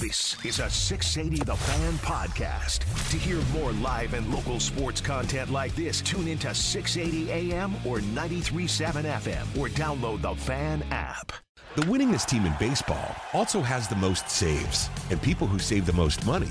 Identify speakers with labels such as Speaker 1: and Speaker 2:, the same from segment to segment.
Speaker 1: This is a 680 The Fan podcast. To hear more live and local sports content like this, tune into 680 AM or 937 FM or download the Fan app.
Speaker 2: The winningest team in baseball also has the most saves, and people who save the most money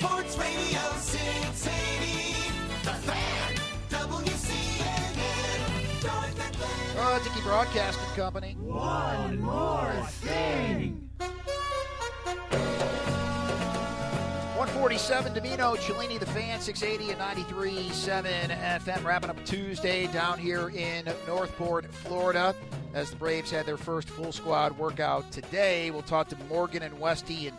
Speaker 3: Sports Radio 680, The Fan, WCNN, North Atlanta.
Speaker 4: Uh, Dickey Broadcasting Company. One more thing. 147 Domino, Cellini, the fan, 680 and 93.7 FM. Wrapping up Tuesday down here in Northport, Florida, as the Braves had their first full squad workout today. We'll talk to Morgan and Westy and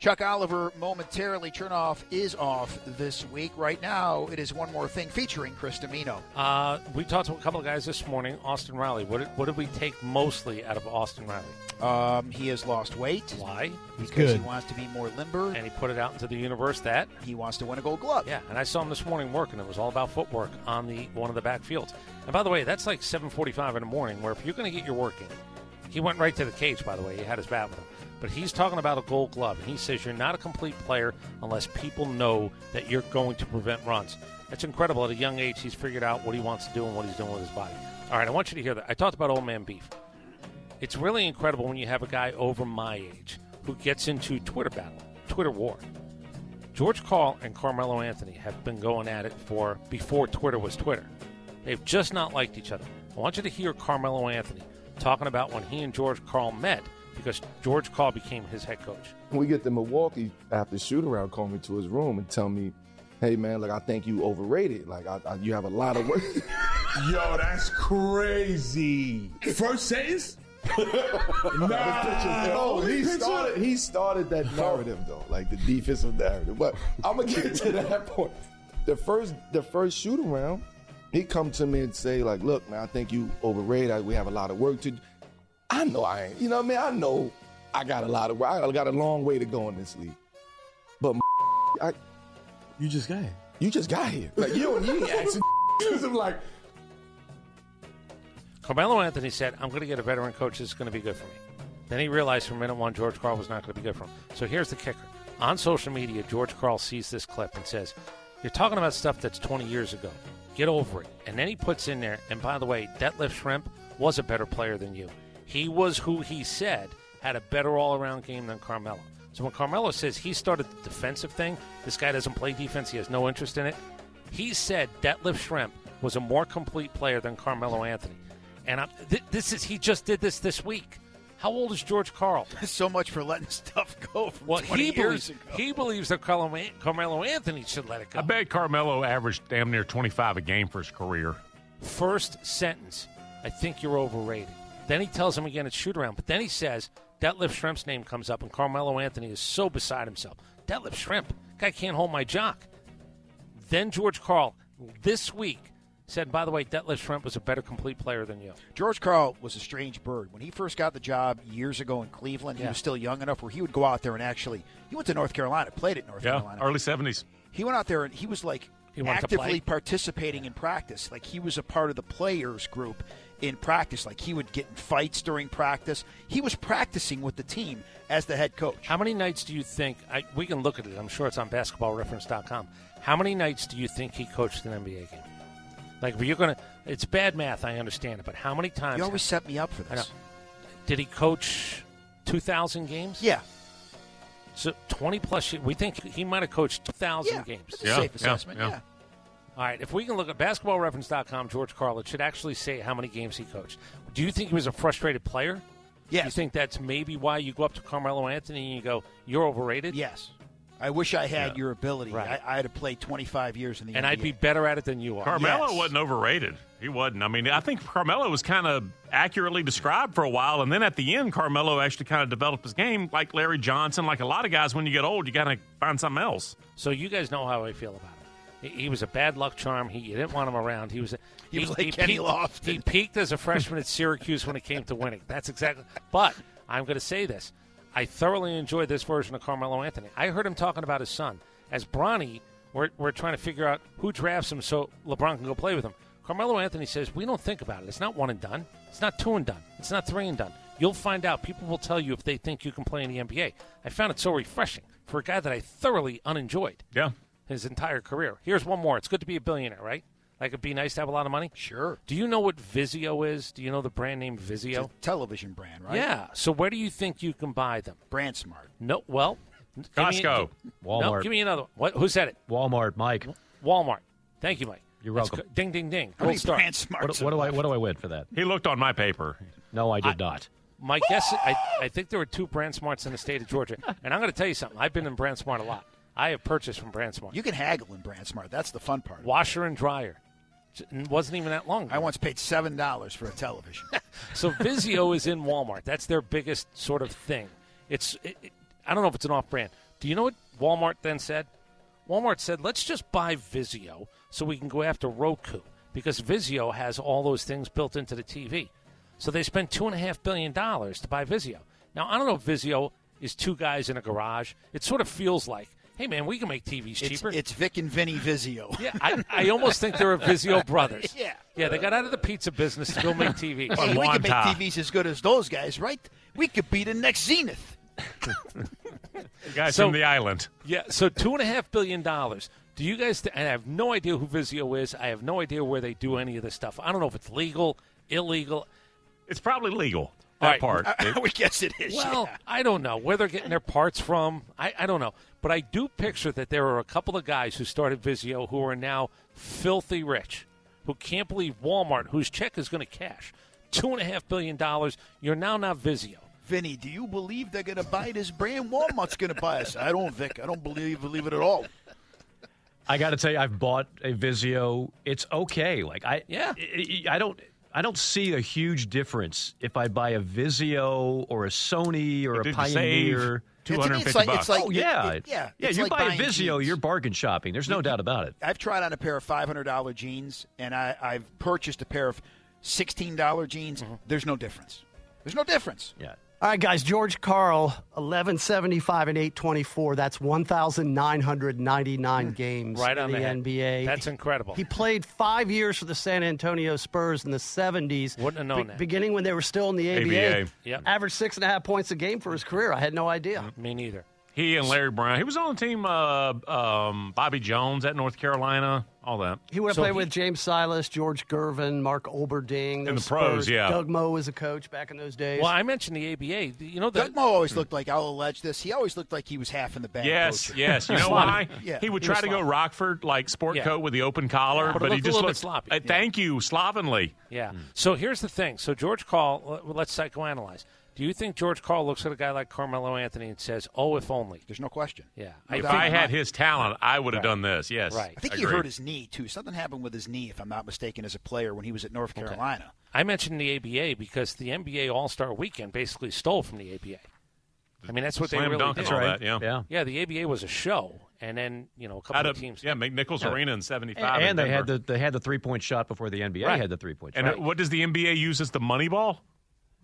Speaker 4: Chuck Oliver momentarily. Turnoff is off this week. Right now, it is one more thing featuring Chris Domino.
Speaker 5: Uh, we talked to a couple of guys this morning. Austin Riley. What did, what did we take mostly out of Austin Riley?
Speaker 4: Um, he has lost weight
Speaker 5: Why?
Speaker 4: because he wants to be more limber.
Speaker 5: And he put it out into the universe that.
Speaker 4: He wants to win a gold glove.
Speaker 5: Yeah, and I saw him this morning working. It was all about footwork on the one of the back fields. And by the way, that's like 7:45 in the morning. Where if you're going to get your work in, he went right to the cage. By the way, he had his bat with him. But he's talking about a Gold Glove, and he says you're not a complete player unless people know that you're going to prevent runs. That's incredible. At a young age, he's figured out what he wants to do and what he's doing with his body. All right, I want you to hear that. I talked about Old Man Beef. It's really incredible when you have a guy over my age who gets into Twitter battle, Twitter war. George Carl and Carmelo Anthony have been going at it for before Twitter was Twitter. They've just not liked each other. I want you to hear Carmelo Anthony talking about when he and George Carl met because George Carl became his head coach.
Speaker 6: When we get to Milwaukee after shoot around, call me to his room and tell me, hey man, like I think you overrated. Like I, I, you have a lot of work.
Speaker 7: Yo, that's crazy. First sentence? nah,
Speaker 6: No,
Speaker 7: only
Speaker 6: he
Speaker 7: picture?
Speaker 6: started. He started that narrative though, like the defensive narrative. But I'm gonna get to that point. The first, the first shoot around, he come to me and say like, "Look, man, I think you overrated. I- We have a lot of work to. do." I know I ain't. You know what I mean? I know I got a lot of. work. I got a long way to go in this league. But I,
Speaker 7: You just got it.
Speaker 6: you just got here. Like you, don't- you ain't asking. I'm like,
Speaker 5: Carmelo Anthony said, I'm going to get a veteran coach. This is going to be good for me. Then he realized from minute one George Carl was not going to be good for him. So here's the kicker. On social media, George Carl sees this clip and says, You're talking about stuff that's 20 years ago. Get over it. And then he puts in there, and by the way, Detlef Shrimp was a better player than you. He was who he said had a better all around game than Carmelo. So when Carmelo says he started the defensive thing, this guy doesn't play defense, he has no interest in it. He said Detlef Shrimp was a more complete player than Carmelo Anthony. And I'm, th- this is he just did this this week. How old is George Carl?
Speaker 8: so much for letting stuff go from
Speaker 5: Well,
Speaker 8: 20
Speaker 5: he
Speaker 8: years
Speaker 5: believes
Speaker 8: ago.
Speaker 5: he believes that Carmelo, An- Carmelo Anthony should let it go.
Speaker 9: I bet Carmelo averaged damn near 25 a game for his career.
Speaker 5: First sentence, I think you're overrated. Then he tells him again it's shoot around, but then he says Detlef Shrimp's name comes up, and Carmelo Anthony is so beside himself. Detlef Shrimp, guy can't hold my jock. Then George Carl this week said, by the way, Detlef Shrimp was a better complete player than you.
Speaker 4: George Carl was a strange bird. When he first got the job years ago in Cleveland, he
Speaker 5: Yeah.
Speaker 4: was still young enough where he would go out there and actually. He went to North Carolina, played at North
Speaker 9: Yeah,
Speaker 4: Carolina.
Speaker 9: early 70s.
Speaker 4: He went out there and he was like
Speaker 5: He wanted to play.
Speaker 4: actively participating in practice. Like he was a part of the players group in practice. Like he would get in fights during practice. He was practicing with the team as the head coach.
Speaker 5: How many nights do you think I, we can look at it? I'm sure it's on basketballreference.com. How many nights do you think he coached an NBA game? Like, if you're gonna, it's bad math. I understand it, but how many times?
Speaker 4: you always set me up for
Speaker 5: I know.
Speaker 4: this.
Speaker 5: Did he coach 2,000 games?
Speaker 4: Yeah,
Speaker 5: So 20 plus. years- We think he might have coached 2,000
Speaker 4: yeah.
Speaker 5: games.
Speaker 4: That's a
Speaker 9: Yeah,
Speaker 4: safe
Speaker 9: yeah,
Speaker 4: assessment.
Speaker 9: yeah.
Speaker 4: yeah.
Speaker 5: All right, if we can look at basketballreference.com, George Carl, it should actually say how many games he coached. Do you think he was a frustrated player?
Speaker 4: Yes.
Speaker 5: You think that's maybe why you go up to Carmelo Anthony and you go, "You're overrated."
Speaker 4: Yes. I wish I had
Speaker 9: Yeah.
Speaker 4: your ability.
Speaker 5: Right.
Speaker 4: I, I had to play 25 years in the
Speaker 5: and I'd
Speaker 4: NBA.
Speaker 5: be better at it than you are.
Speaker 9: Carmelo
Speaker 4: Yes.
Speaker 9: wasn't overrated. He wasn't. I mean, I think Carmelo was kind of accurately described for a while, and then at the end, Carmelo actually kind of developed his game, like Larry Johnson, like a lot of guys. When you get old, you got to find something else.
Speaker 5: So you guys know how I feel about it. He he was a bad luck charm. He you didn't want him around. He was a,
Speaker 4: He was like Kenny
Speaker 5: peaked-
Speaker 4: Lofton.
Speaker 5: He peaked as a freshman at Syracuse when it came to winning. That's exactly. But I'm going to say this: I thoroughly enjoyed this version of Carmelo Anthony. I heard him talking about his son as Bronny. We're, we're trying to figure out who drafts him so LeBron can go play with him. Carmelo Anthony says we don't think about it. It's not one and done. It's not two and done. It's not three and done. You'll find out. People will tell you if they think you can play in the NBA. I found it so refreshing for a guy that I thoroughly unenjoyed
Speaker 9: Yeah.
Speaker 5: his entire career. Here's one more. It's good to be a billionaire, right? Like it'd be nice to have a lot of money.
Speaker 4: Sure.
Speaker 5: Do you know what Vizio is? Do you know the brand name Vizio?
Speaker 4: It's a television brand, right?
Speaker 5: Yeah. So where do you think you can buy them?
Speaker 4: Brand smart.
Speaker 5: No. Well, give me-
Speaker 9: Costco.
Speaker 5: No,
Speaker 10: Walmart.
Speaker 5: give me another one. What, who said it?
Speaker 10: Walmart, Mike.
Speaker 5: Walmart. Thank you, Mike.
Speaker 10: You're
Speaker 5: That's
Speaker 10: welcome.
Speaker 5: good. Ding, ding, ding.
Speaker 8: How many
Speaker 5: Gold star.
Speaker 8: brand smarts
Speaker 10: What, what do I what do I win for that?
Speaker 9: He looked on my paper.
Speaker 10: No, I did
Speaker 5: I-
Speaker 10: not.
Speaker 5: My guess, I, I think there were two Brand Smarts in the state of Georgia. And I'm going to tell you something. I've been in Brand Smart a lot. I have purchased from Brand Smart.
Speaker 4: You can haggle in brand smart. That's the fun part.
Speaker 5: Washer and dryer. It wasn't even that long. ago.
Speaker 4: I once paid seven dollars for a television.
Speaker 5: So Vizio is in Walmart. That's their biggest sort of thing. It's it, it- I don't know if it's an off-brand. Do you know what Walmart then said? Walmart said, "Let's just buy Vizio so we can go after Roku because Vizio has all those things built into the TV." So they spent two and a half billion dollars to buy Vizio. Now I don't know if Vizio is two guys in a garage. It sort of feels like, "Hey man, we can make TVs
Speaker 4: it's,
Speaker 5: cheaper."
Speaker 4: it's Vic and Vinny Vizio.
Speaker 5: yeah, I, I almost think they're a Vizio brothers.
Speaker 4: Yeah.
Speaker 5: yeah, they got out of the pizza business to go make TVs.
Speaker 4: Hey, we can make
Speaker 9: Wanta.
Speaker 4: TVs as good as those guys, right? We could be the next Zenith.
Speaker 9: The guy's
Speaker 5: So-
Speaker 9: from the island.
Speaker 5: Yeah, so two and a half billion dollars. Do you guys? and I have no idea who Vizio is. I have no idea where they do any of this stuff. I don't know if it's legal, illegal.
Speaker 9: It's probably legal. That
Speaker 5: All right.
Speaker 9: part.
Speaker 4: I would guess it is.
Speaker 5: Well,
Speaker 4: yeah.
Speaker 5: I don't know where they're getting their parts from. I, I don't know, but I do picture that there are a couple of guys who started Vizio who are now filthy rich, who can't believe Walmart, whose check is going to cash two and a half billion dollars. You're now not Vizio.
Speaker 4: Vinny, do you believe they're going to buy this brand? Walmart's going to buy us. I don't, Vic. I don't believe believe it at all.
Speaker 10: I got to tell you, I've bought a Vizio. It's okay. Like I,
Speaker 5: Yeah.
Speaker 10: I, I don't, I don't see a huge difference if I buy a Vizio or a Sony or a
Speaker 9: Dude, you save
Speaker 10: Pioneer.
Speaker 9: two hundred and fifty
Speaker 4: It's like-
Speaker 9: bucks.
Speaker 4: it's like-
Speaker 10: oh yeah,
Speaker 4: it- it- yeah,
Speaker 10: yeah.
Speaker 4: it's
Speaker 10: You
Speaker 4: like
Speaker 10: buy a
Speaker 4: buying
Speaker 10: Vizio,
Speaker 4: jeans.
Speaker 10: you're bargain shopping. There's no doubt about it.
Speaker 4: I've tried on a pair of five hundred dollar jeans, and I, I've purchased a pair of sixteen dollar jeans. There's no difference. There's no difference.
Speaker 10: Mm-hmm. Yeah.
Speaker 11: All right, guys. George Carl, 1175 and 824. That's 1,999 games
Speaker 5: Right on
Speaker 11: in the,
Speaker 5: the head.
Speaker 11: NBA.
Speaker 5: That's incredible.
Speaker 11: He played five years for the San Antonio Spurs in the 70s. Wouldn't have
Speaker 5: known that.
Speaker 11: Beginning when they were still in the ABA.
Speaker 9: ABA. Yep.
Speaker 11: Averaged six and a half points a game for his career. I had no idea.
Speaker 5: Me neither.
Speaker 9: He and Larry Brown. He was on the team. Uh, um, Bobby Jones at North Carolina. All that.
Speaker 11: He would have played with James Silas, George Gervin, Mark Olberding.
Speaker 9: In
Speaker 11: those
Speaker 9: the pros,
Speaker 11: Spurs.
Speaker 9: yeah.
Speaker 11: Doug Moe was a coach back in those days.
Speaker 5: Well, I mentioned the ABA. You know, the,
Speaker 8: Doug Moe always looked like I'll allege this. He always looked like he was half in the bag.
Speaker 9: Yes,
Speaker 8: coach.
Speaker 9: yes. You know why?
Speaker 8: Yeah,
Speaker 9: He would
Speaker 8: was
Speaker 9: try to go
Speaker 8: sloppy.
Speaker 9: Rockford like sport
Speaker 5: Yeah.
Speaker 9: coat with the open collar,
Speaker 5: Yeah. But
Speaker 9: but,
Speaker 5: it
Speaker 9: he
Speaker 5: looked a
Speaker 9: just
Speaker 5: little bit
Speaker 9: looked
Speaker 5: sloppy.
Speaker 9: Uh, Thank you, slovenly.
Speaker 5: Yeah. So here's the thing. So George Carl, let- let's psychoanalyze. Do you think George Carl looks at a guy like Carmelo Anthony and says, "Oh, if only"?
Speaker 8: There's no question.
Speaker 5: Yeah.
Speaker 9: If
Speaker 5: think-
Speaker 9: I had his talent, I would have
Speaker 5: Right.
Speaker 9: done this. Yes,
Speaker 5: Right.
Speaker 8: I think he
Speaker 9: Agreed.
Speaker 8: hurt his knee too. Something happened with his knee, if I'm not mistaken, as a player when he was at North Carolina.
Speaker 5: I mentioned the ABA because the NBA All Star Weekend basically stole from the ABA. I mean, that's what they
Speaker 9: Slam
Speaker 5: really
Speaker 9: dunk
Speaker 5: did.
Speaker 9: and all That's right. that, yeah. Yeah.
Speaker 5: Yeah. The ABA was a show, and then you know a couple
Speaker 9: Out
Speaker 5: of
Speaker 9: of-
Speaker 5: teams.
Speaker 9: yeah, McNichols
Speaker 5: Yeah.
Speaker 9: Arena in '75,
Speaker 10: And, they had the they had the three point shot before the NBA
Speaker 9: Right.
Speaker 10: had the three point shot.
Speaker 9: And uh, what does the NBA use as the money ball?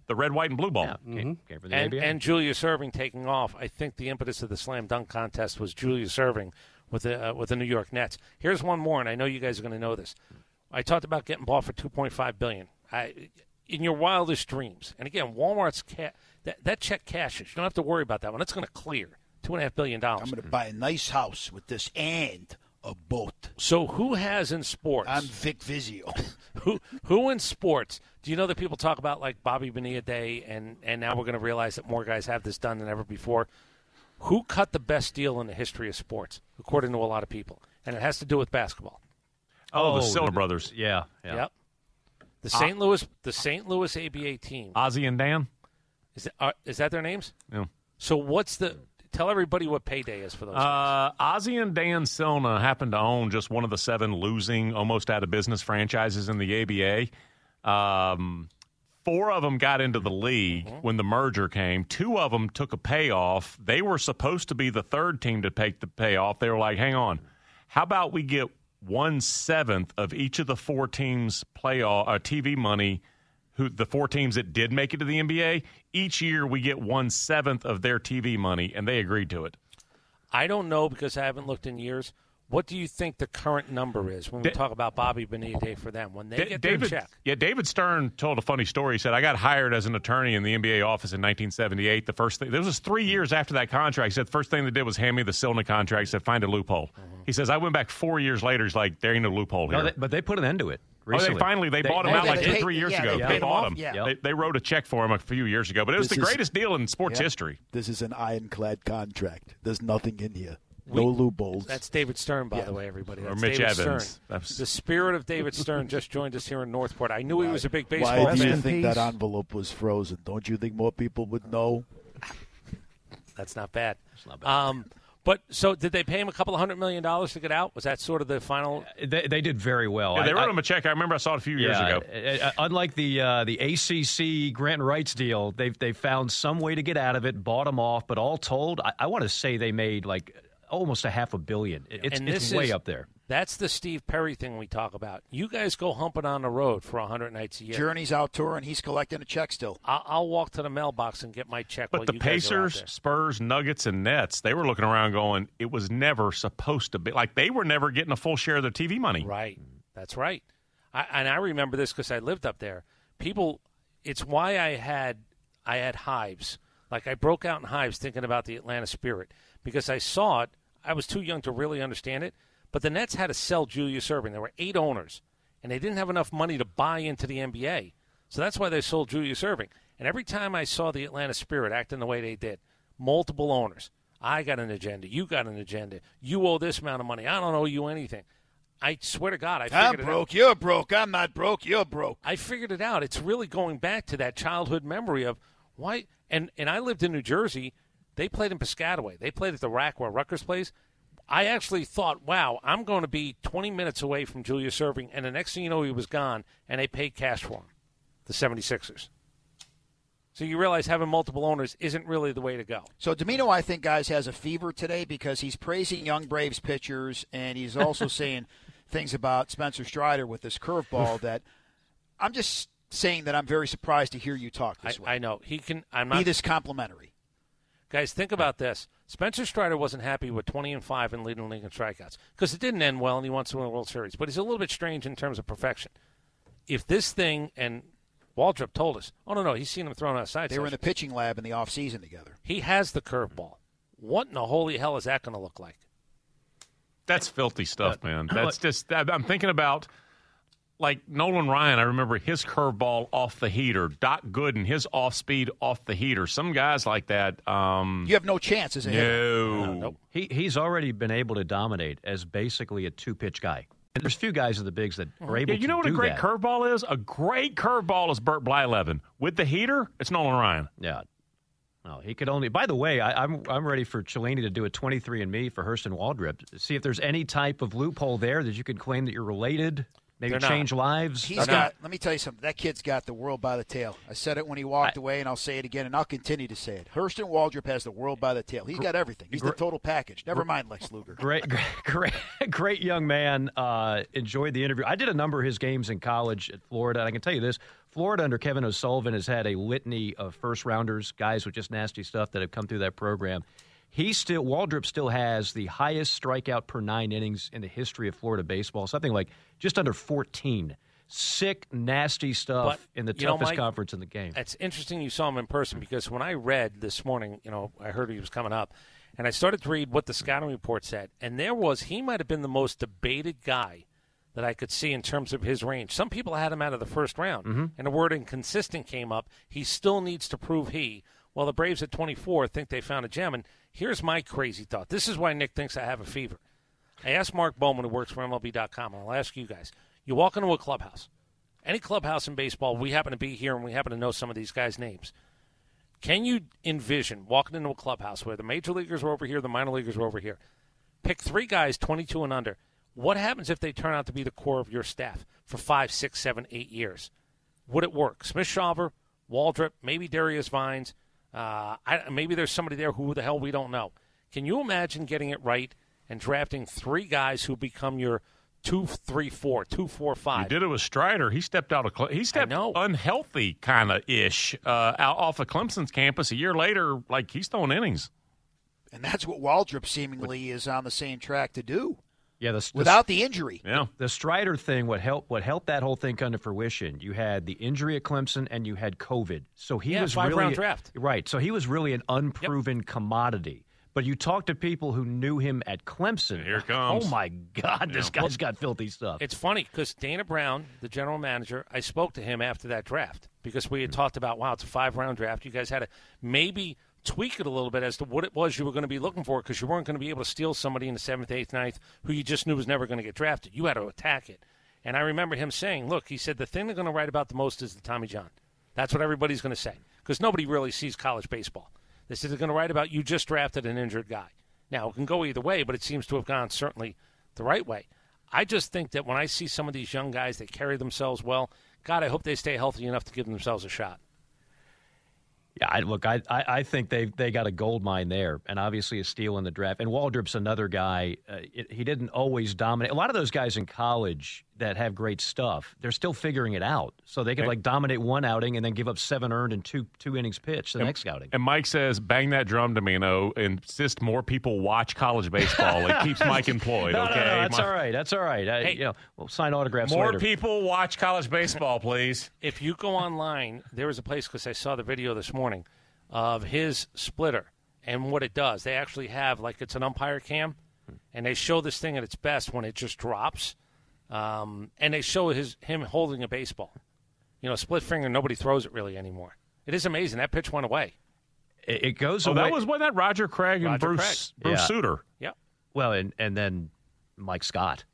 Speaker 9: The red, white, and blue ball.
Speaker 10: Came from the
Speaker 5: Mm-hmm. and,
Speaker 10: ABA.
Speaker 5: and Julius Irving taking off. I think the impetus of the slam dunk contest was Julius Irving with the uh, with the New York Nets. Here's one more, and I know you guys are going to know this. I talked about getting bought for 2.5 billion. I, in your wildest dreams, and again, Walmart's ca- that that check cashes. You don't have to worry about that one. It's going to clear two and a half billion dollars.
Speaker 8: I'm going to buy a nice house with this and a boat.
Speaker 5: So who has in sports?
Speaker 8: I'm Vic Vizio.
Speaker 5: who who in sports do you know that people talk about like Bobby Bonilla Day and and now we're going to realize that more guys have this done than ever before. Who cut the best deal in the history of sports, according to a lot of people, and it has to do with basketball.
Speaker 9: Oh, the Silver Brothers.
Speaker 10: Yeah,
Speaker 5: Yep. The
Speaker 9: Uh,
Speaker 5: St. Louis, the St. Louis ABA team.
Speaker 9: Ozzie and Dan.
Speaker 5: Is that, uh, is that their names?
Speaker 9: Yeah.
Speaker 5: So what's the? Tell everybody what payday is for those.
Speaker 9: Uh, Ozzie and Dan Silna happened to own just one of the seven losing, almost out of business franchises in the ABA. Um, four of them got into the league when the merger came. Two of them took a payoff. They were supposed to be the third team to take the payoff. They were like, hang on, how about we get one seventh of each of the four teams' playoff uh, TV money? who the four teams that did make it to the NBA, each year we get one seventh of their TV money, and they agreed to it.
Speaker 5: I don't know because I haven't looked in years. What do you think the current number is when we
Speaker 9: Da-
Speaker 5: talk about Bobby Bonilla Day for them when they
Speaker 9: Da-
Speaker 5: get their
Speaker 9: David,
Speaker 5: check?
Speaker 9: Yeah, David Stern told a funny story. He said, I got hired as an attorney in the NBA office in 1978. The first thing, this was three years after that contract. He said, the first thing they did was hand me the Silna contract. He said, find a loophole. He says, I went back four years later. He's like, there ain't no loophole here.
Speaker 10: No, they- but they put an end to it.
Speaker 9: Oh,
Speaker 10: recently.
Speaker 9: they finally they, bought him out like two,
Speaker 10: paid-
Speaker 9: three years
Speaker 10: yeah,
Speaker 9: ago.
Speaker 10: they
Speaker 9: They,
Speaker 10: paid him
Speaker 9: bought
Speaker 10: off,
Speaker 9: him.
Speaker 10: yeah.
Speaker 9: They, they wrote a check for him a few years ago, but it was
Speaker 8: This
Speaker 9: the
Speaker 8: is-
Speaker 9: greatest deal in sports
Speaker 8: Yeah.
Speaker 9: history.
Speaker 8: This is an ironclad contract. There's nothing in here.
Speaker 5: We-
Speaker 8: No loopholes.
Speaker 5: That's David Stern, by
Speaker 8: Yeah.
Speaker 5: the way, everybody.
Speaker 8: Or
Speaker 5: That's
Speaker 8: Mitch
Speaker 5: David
Speaker 8: Evans.
Speaker 5: Stern.
Speaker 8: That's-
Speaker 5: The spirit of David Stern just joined us here in Northport. I knew he was a big baseball
Speaker 8: Why do you
Speaker 5: fan.
Speaker 8: think that envelope was frozen? Don't you think more people would know?
Speaker 5: That's not bad. Um, but so did they pay him a couple of hundred million dollars to get out? Was that sort of the final?
Speaker 10: They, they did very well.
Speaker 9: Yeah,
Speaker 10: Oh, I-
Speaker 9: they
Speaker 10: I-
Speaker 9: wrote him a check. I remember I saw it a few years
Speaker 10: Yeah,
Speaker 9: ago.
Speaker 10: uh, uh, unlike the uh, the ACC grant rights deal, they've they found some way to get out of it, bought them off, but all told, I, I want to say they made like almost a half a billion. It- It's,
Speaker 5: And
Speaker 10: it's
Speaker 5: this
Speaker 10: way
Speaker 5: is-
Speaker 10: up there.
Speaker 5: That's the Steve Perry thing we talk about. You guys go humping on the road for hundred nights a year.
Speaker 8: Journey's out touring. He's collecting a check still.
Speaker 5: I'll, I'll walk to the mailbox and get my check. while
Speaker 9: But the
Speaker 5: you guys are out
Speaker 9: Pacers, Spurs, Nuggets, and Nets, they were looking around going, it was never supposed to be. Like, they were never getting a full share of their TV money.
Speaker 5: Right. That's right. I, and I remember this because I lived up there. People, it's why I had I had hives. Like I broke out in hives thinking about the Atlanta Spirit because I saw it. I was too young to really understand it. But the Nets had to sell Julius Irving. There were eight owners, and they didn't have enough money to buy into the NBA. So that's why they sold Julius Irving. And every time I saw the Atlanta Spirit acting the way they did, multiple owners. I got an agenda. You got an agenda. You owe this amount of money. I don't owe you anything. I swear to God, I figured
Speaker 8: I'm
Speaker 5: it out.
Speaker 8: broke. You're broke. I'm not broke. You're broke.
Speaker 5: I figured it out. It's really going back to that childhood memory of why. And and I lived in New Jersey. They played in Piscataway. They played at the rack where Rutgers plays. I actually thought, wow, I'm going to be 20 minutes away from Julius Irving, and the next thing you know, he was gone, and they paid cash for him, the 76ers. So you realize having multiple owners isn't really the way to go.
Speaker 8: So Domino, I think, guys, has a fever today because he's praising young Braves pitchers and he's also saying things about Spencer Strider with this curveball that I'm just saying that I'm very surprised to hear you talk
Speaker 5: I,
Speaker 8: this way.
Speaker 5: I know he can. I'm
Speaker 8: Be
Speaker 5: not
Speaker 8: this complimentary.
Speaker 5: Guys, think about this. Spencer Strider wasn't happy with 20 and 5 and leading the league in strikeouts because it didn't end well and he wants to win a World Series. But he's a little bit strange in terms of perfection. If this thing, and Waldrop told us, oh, no, no, he's seen him thrown outside.
Speaker 8: They were in the
Speaker 5: session.
Speaker 8: pitching lab in the offseason together.
Speaker 5: He has the curveball. What in the holy hell is that going to look like?
Speaker 9: That's filthy stuff, man. That's just. that- I'm thinking about like Nolan Ryan. I remember his curveball off the heater. Doc Gooden, his off speed off the heater. Some guys like that. Um,
Speaker 8: you have no chance as a
Speaker 9: no.
Speaker 10: Uh, He he's already been able to dominate as basically a two pitch guy. And there's few guys in the bigs that are
Speaker 9: Mm-hmm. Yeah,
Speaker 10: able.
Speaker 9: you know
Speaker 10: to
Speaker 9: what a
Speaker 10: do
Speaker 9: great
Speaker 10: that.
Speaker 9: curveball is? A great curveball is Burt Blyleven. With the heater, it's Nolan Ryan.
Speaker 10: Yeah. No, he could only. By the way, I, I'm I'm ready for Cellini to do a 23 and Me for Hurston Waldrip. See if there's any type of loophole there that you could claim that you're related. Maybe
Speaker 5: They're not.
Speaker 10: change lives.
Speaker 8: He's got. Let me tell you something. That kid's got the world by the tail. I said it when he walked away, and I'll say it again, and I'll continue to say it. Hurston Waldrop has the world by the tail. He's got everything. He's the total package. Never mind Lex Luger.
Speaker 10: Great, great, great, great young man. Uh, enjoyed the interview. I did a number of his games in college at Florida, and I can tell you this: Florida under Kevin O'Sullivan has had a litany of first rounders, guys with just nasty stuff that have come through that program. He still, Waldrop still has the highest strikeout per nine innings in the history of Florida baseball, something like just under fourteen. Sick, nasty stuff
Speaker 5: But,
Speaker 10: in the
Speaker 5: you know,
Speaker 10: toughest
Speaker 5: Mike,
Speaker 10: conference in the game.
Speaker 5: It's interesting you saw him in person because when I read this morning, you know, I heard he was coming up, and I started to read what the scouting report said, and there was he might have been the most debated guy that I could see in terms of his range. Some people had him out of the first round,
Speaker 12: Mhm.
Speaker 5: and the word inconsistent came up. He still needs to prove he. Well, the Braves at 24 think they found a gem, and here's my crazy thought. This is why Nick thinks I have a fever. I asked Mark Bowman, who works for MLB.com, and I'll ask you guys. You walk into a clubhouse, any clubhouse in baseball, we happen to be here and we happen to know some of these guys' names. Can you envision walking into a clubhouse where the major leaguers are over here, the minor leaguers are over here? Pick three guys, 22 and under. What happens if they turn out to be the core of your staff for five, six, seven, eight years? Would it work? Smith Shawver, Waldrop, maybe Darius Vines. Uh, I, maybe there's somebody there who the hell we don't know. Can you imagine getting it right and drafting three guys who become your two, three, four, two, four, five?
Speaker 9: He did it with Strider. He stepped out of Cle- he stepped unhealthy kind of ish uh, out off of Clemson's campus. A year later, like he's throwing innings.
Speaker 8: And that's what Waldrop seemingly is on the same track to do
Speaker 10: Yeah, the,
Speaker 8: without the injury.
Speaker 9: Yeah.
Speaker 10: The Strider thing, what helped what helped that whole thing come to fruition, you had the injury at Clemson and you had COVID. So he
Speaker 5: Yeah,
Speaker 10: was
Speaker 5: five-round
Speaker 10: really
Speaker 5: draft.
Speaker 10: Right. So he was really an unproven commodity. But you talk to people who knew him at Clemson. Here
Speaker 5: comes.
Speaker 10: Oh my God, this
Speaker 5: Yeah.
Speaker 10: guy's got filthy stuff.
Speaker 5: It's funny because Dana Brown, the general manager, I spoke to him after that draft because we had talked about, wow, it's a five round draft. You guys had to maybe tweak it a little bit as to what it was you were going to be looking for because you weren't going to be able to steal somebody in the seventh, eighth, ninth who you just knew was never going to get drafted. You had to attack it. And I remember him saying, look, he said, the thing they're going to write about the most is the Tommy John. That's what everybody's going to say because nobody really sees college baseball. They said they're going to write about you just drafted an injured guy. Now, it can go either way, but it seems to have gone certainly the right way. I just think that when I see some of these young guys that carry themselves well, God, I hope they stay healthy enough to give themselves a shot.
Speaker 10: Yeah, I, look, I, I, I think they they got a gold mine there, and obviously a steal in the draft. And Waldrop's another guy. Uh, it, he didn't always dominate. A lot of those guys in college that have great stuff, they're still figuring it out. So they could
Speaker 9: Right.
Speaker 10: like dominate one outing and then give up seven earned and two two innings pitched the
Speaker 9: And-
Speaker 10: next outing.
Speaker 9: And Mike says, "Bang that drum, Domino! Insist more people watch college baseball. It keeps Mike employed.
Speaker 10: No, no,
Speaker 9: okay,
Speaker 10: no, that's
Speaker 9: Mike-
Speaker 10: all right. That's all right. I,
Speaker 9: Hey,
Speaker 10: you know, we'll sign autographs
Speaker 9: More
Speaker 10: later.
Speaker 9: people watch college baseball, please.
Speaker 5: If you go online, there is a place because I saw the video this morning of his splitter and what it does. They actually have like it's an umpire cam, and they show this thing at its best when it just drops, um, and they show his him holding a baseball. You know, split finger. Nobody throws it really anymore. It is amazing. That pitch went away.
Speaker 10: It, it goes
Speaker 9: Oh,
Speaker 10: away.
Speaker 9: that was wasn't that Roger Craig and
Speaker 10: Roger
Speaker 9: Bruce
Speaker 10: Craig.
Speaker 9: Bruce
Speaker 10: Yeah.
Speaker 9: Suter.
Speaker 5: Yep.
Speaker 10: Well, and and then Mike Scott.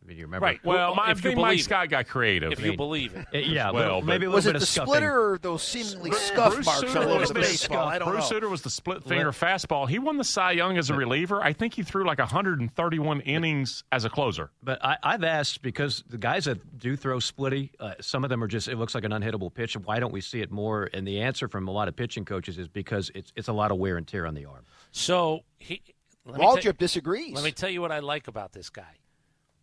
Speaker 10: I mean, you remember?
Speaker 9: Well, my, I
Speaker 10: if you
Speaker 9: think Mike
Speaker 10: believe it.
Speaker 9: Scott got creative.
Speaker 10: If you believe it. Uh, yeah, well,
Speaker 9: but-
Speaker 10: maybe a little
Speaker 8: Was
Speaker 10: bit
Speaker 8: it
Speaker 10: of
Speaker 8: the
Speaker 10: scuffing.
Speaker 8: splitter or those seemingly scuff marks all over
Speaker 9: was
Speaker 8: the
Speaker 9: the
Speaker 8: baseball?
Speaker 9: scuff-
Speaker 8: I don't
Speaker 9: Bruce
Speaker 8: know.
Speaker 9: Sutter was the split finger fastball. He won the Cy Young as a reliever. I think he threw like 131 innings as a closer.
Speaker 10: But I, I've asked because the guys that do throw splitty, uh, some of them are just it looks like an unhittable pitch. Why don't we see it more? And the answer from a lot of pitching coaches is because it's it's a lot of wear and tear on the arm.
Speaker 5: So he let me
Speaker 10: Waldrop
Speaker 5: tell-
Speaker 10: disagrees.
Speaker 5: Let me tell you what I like about this guy.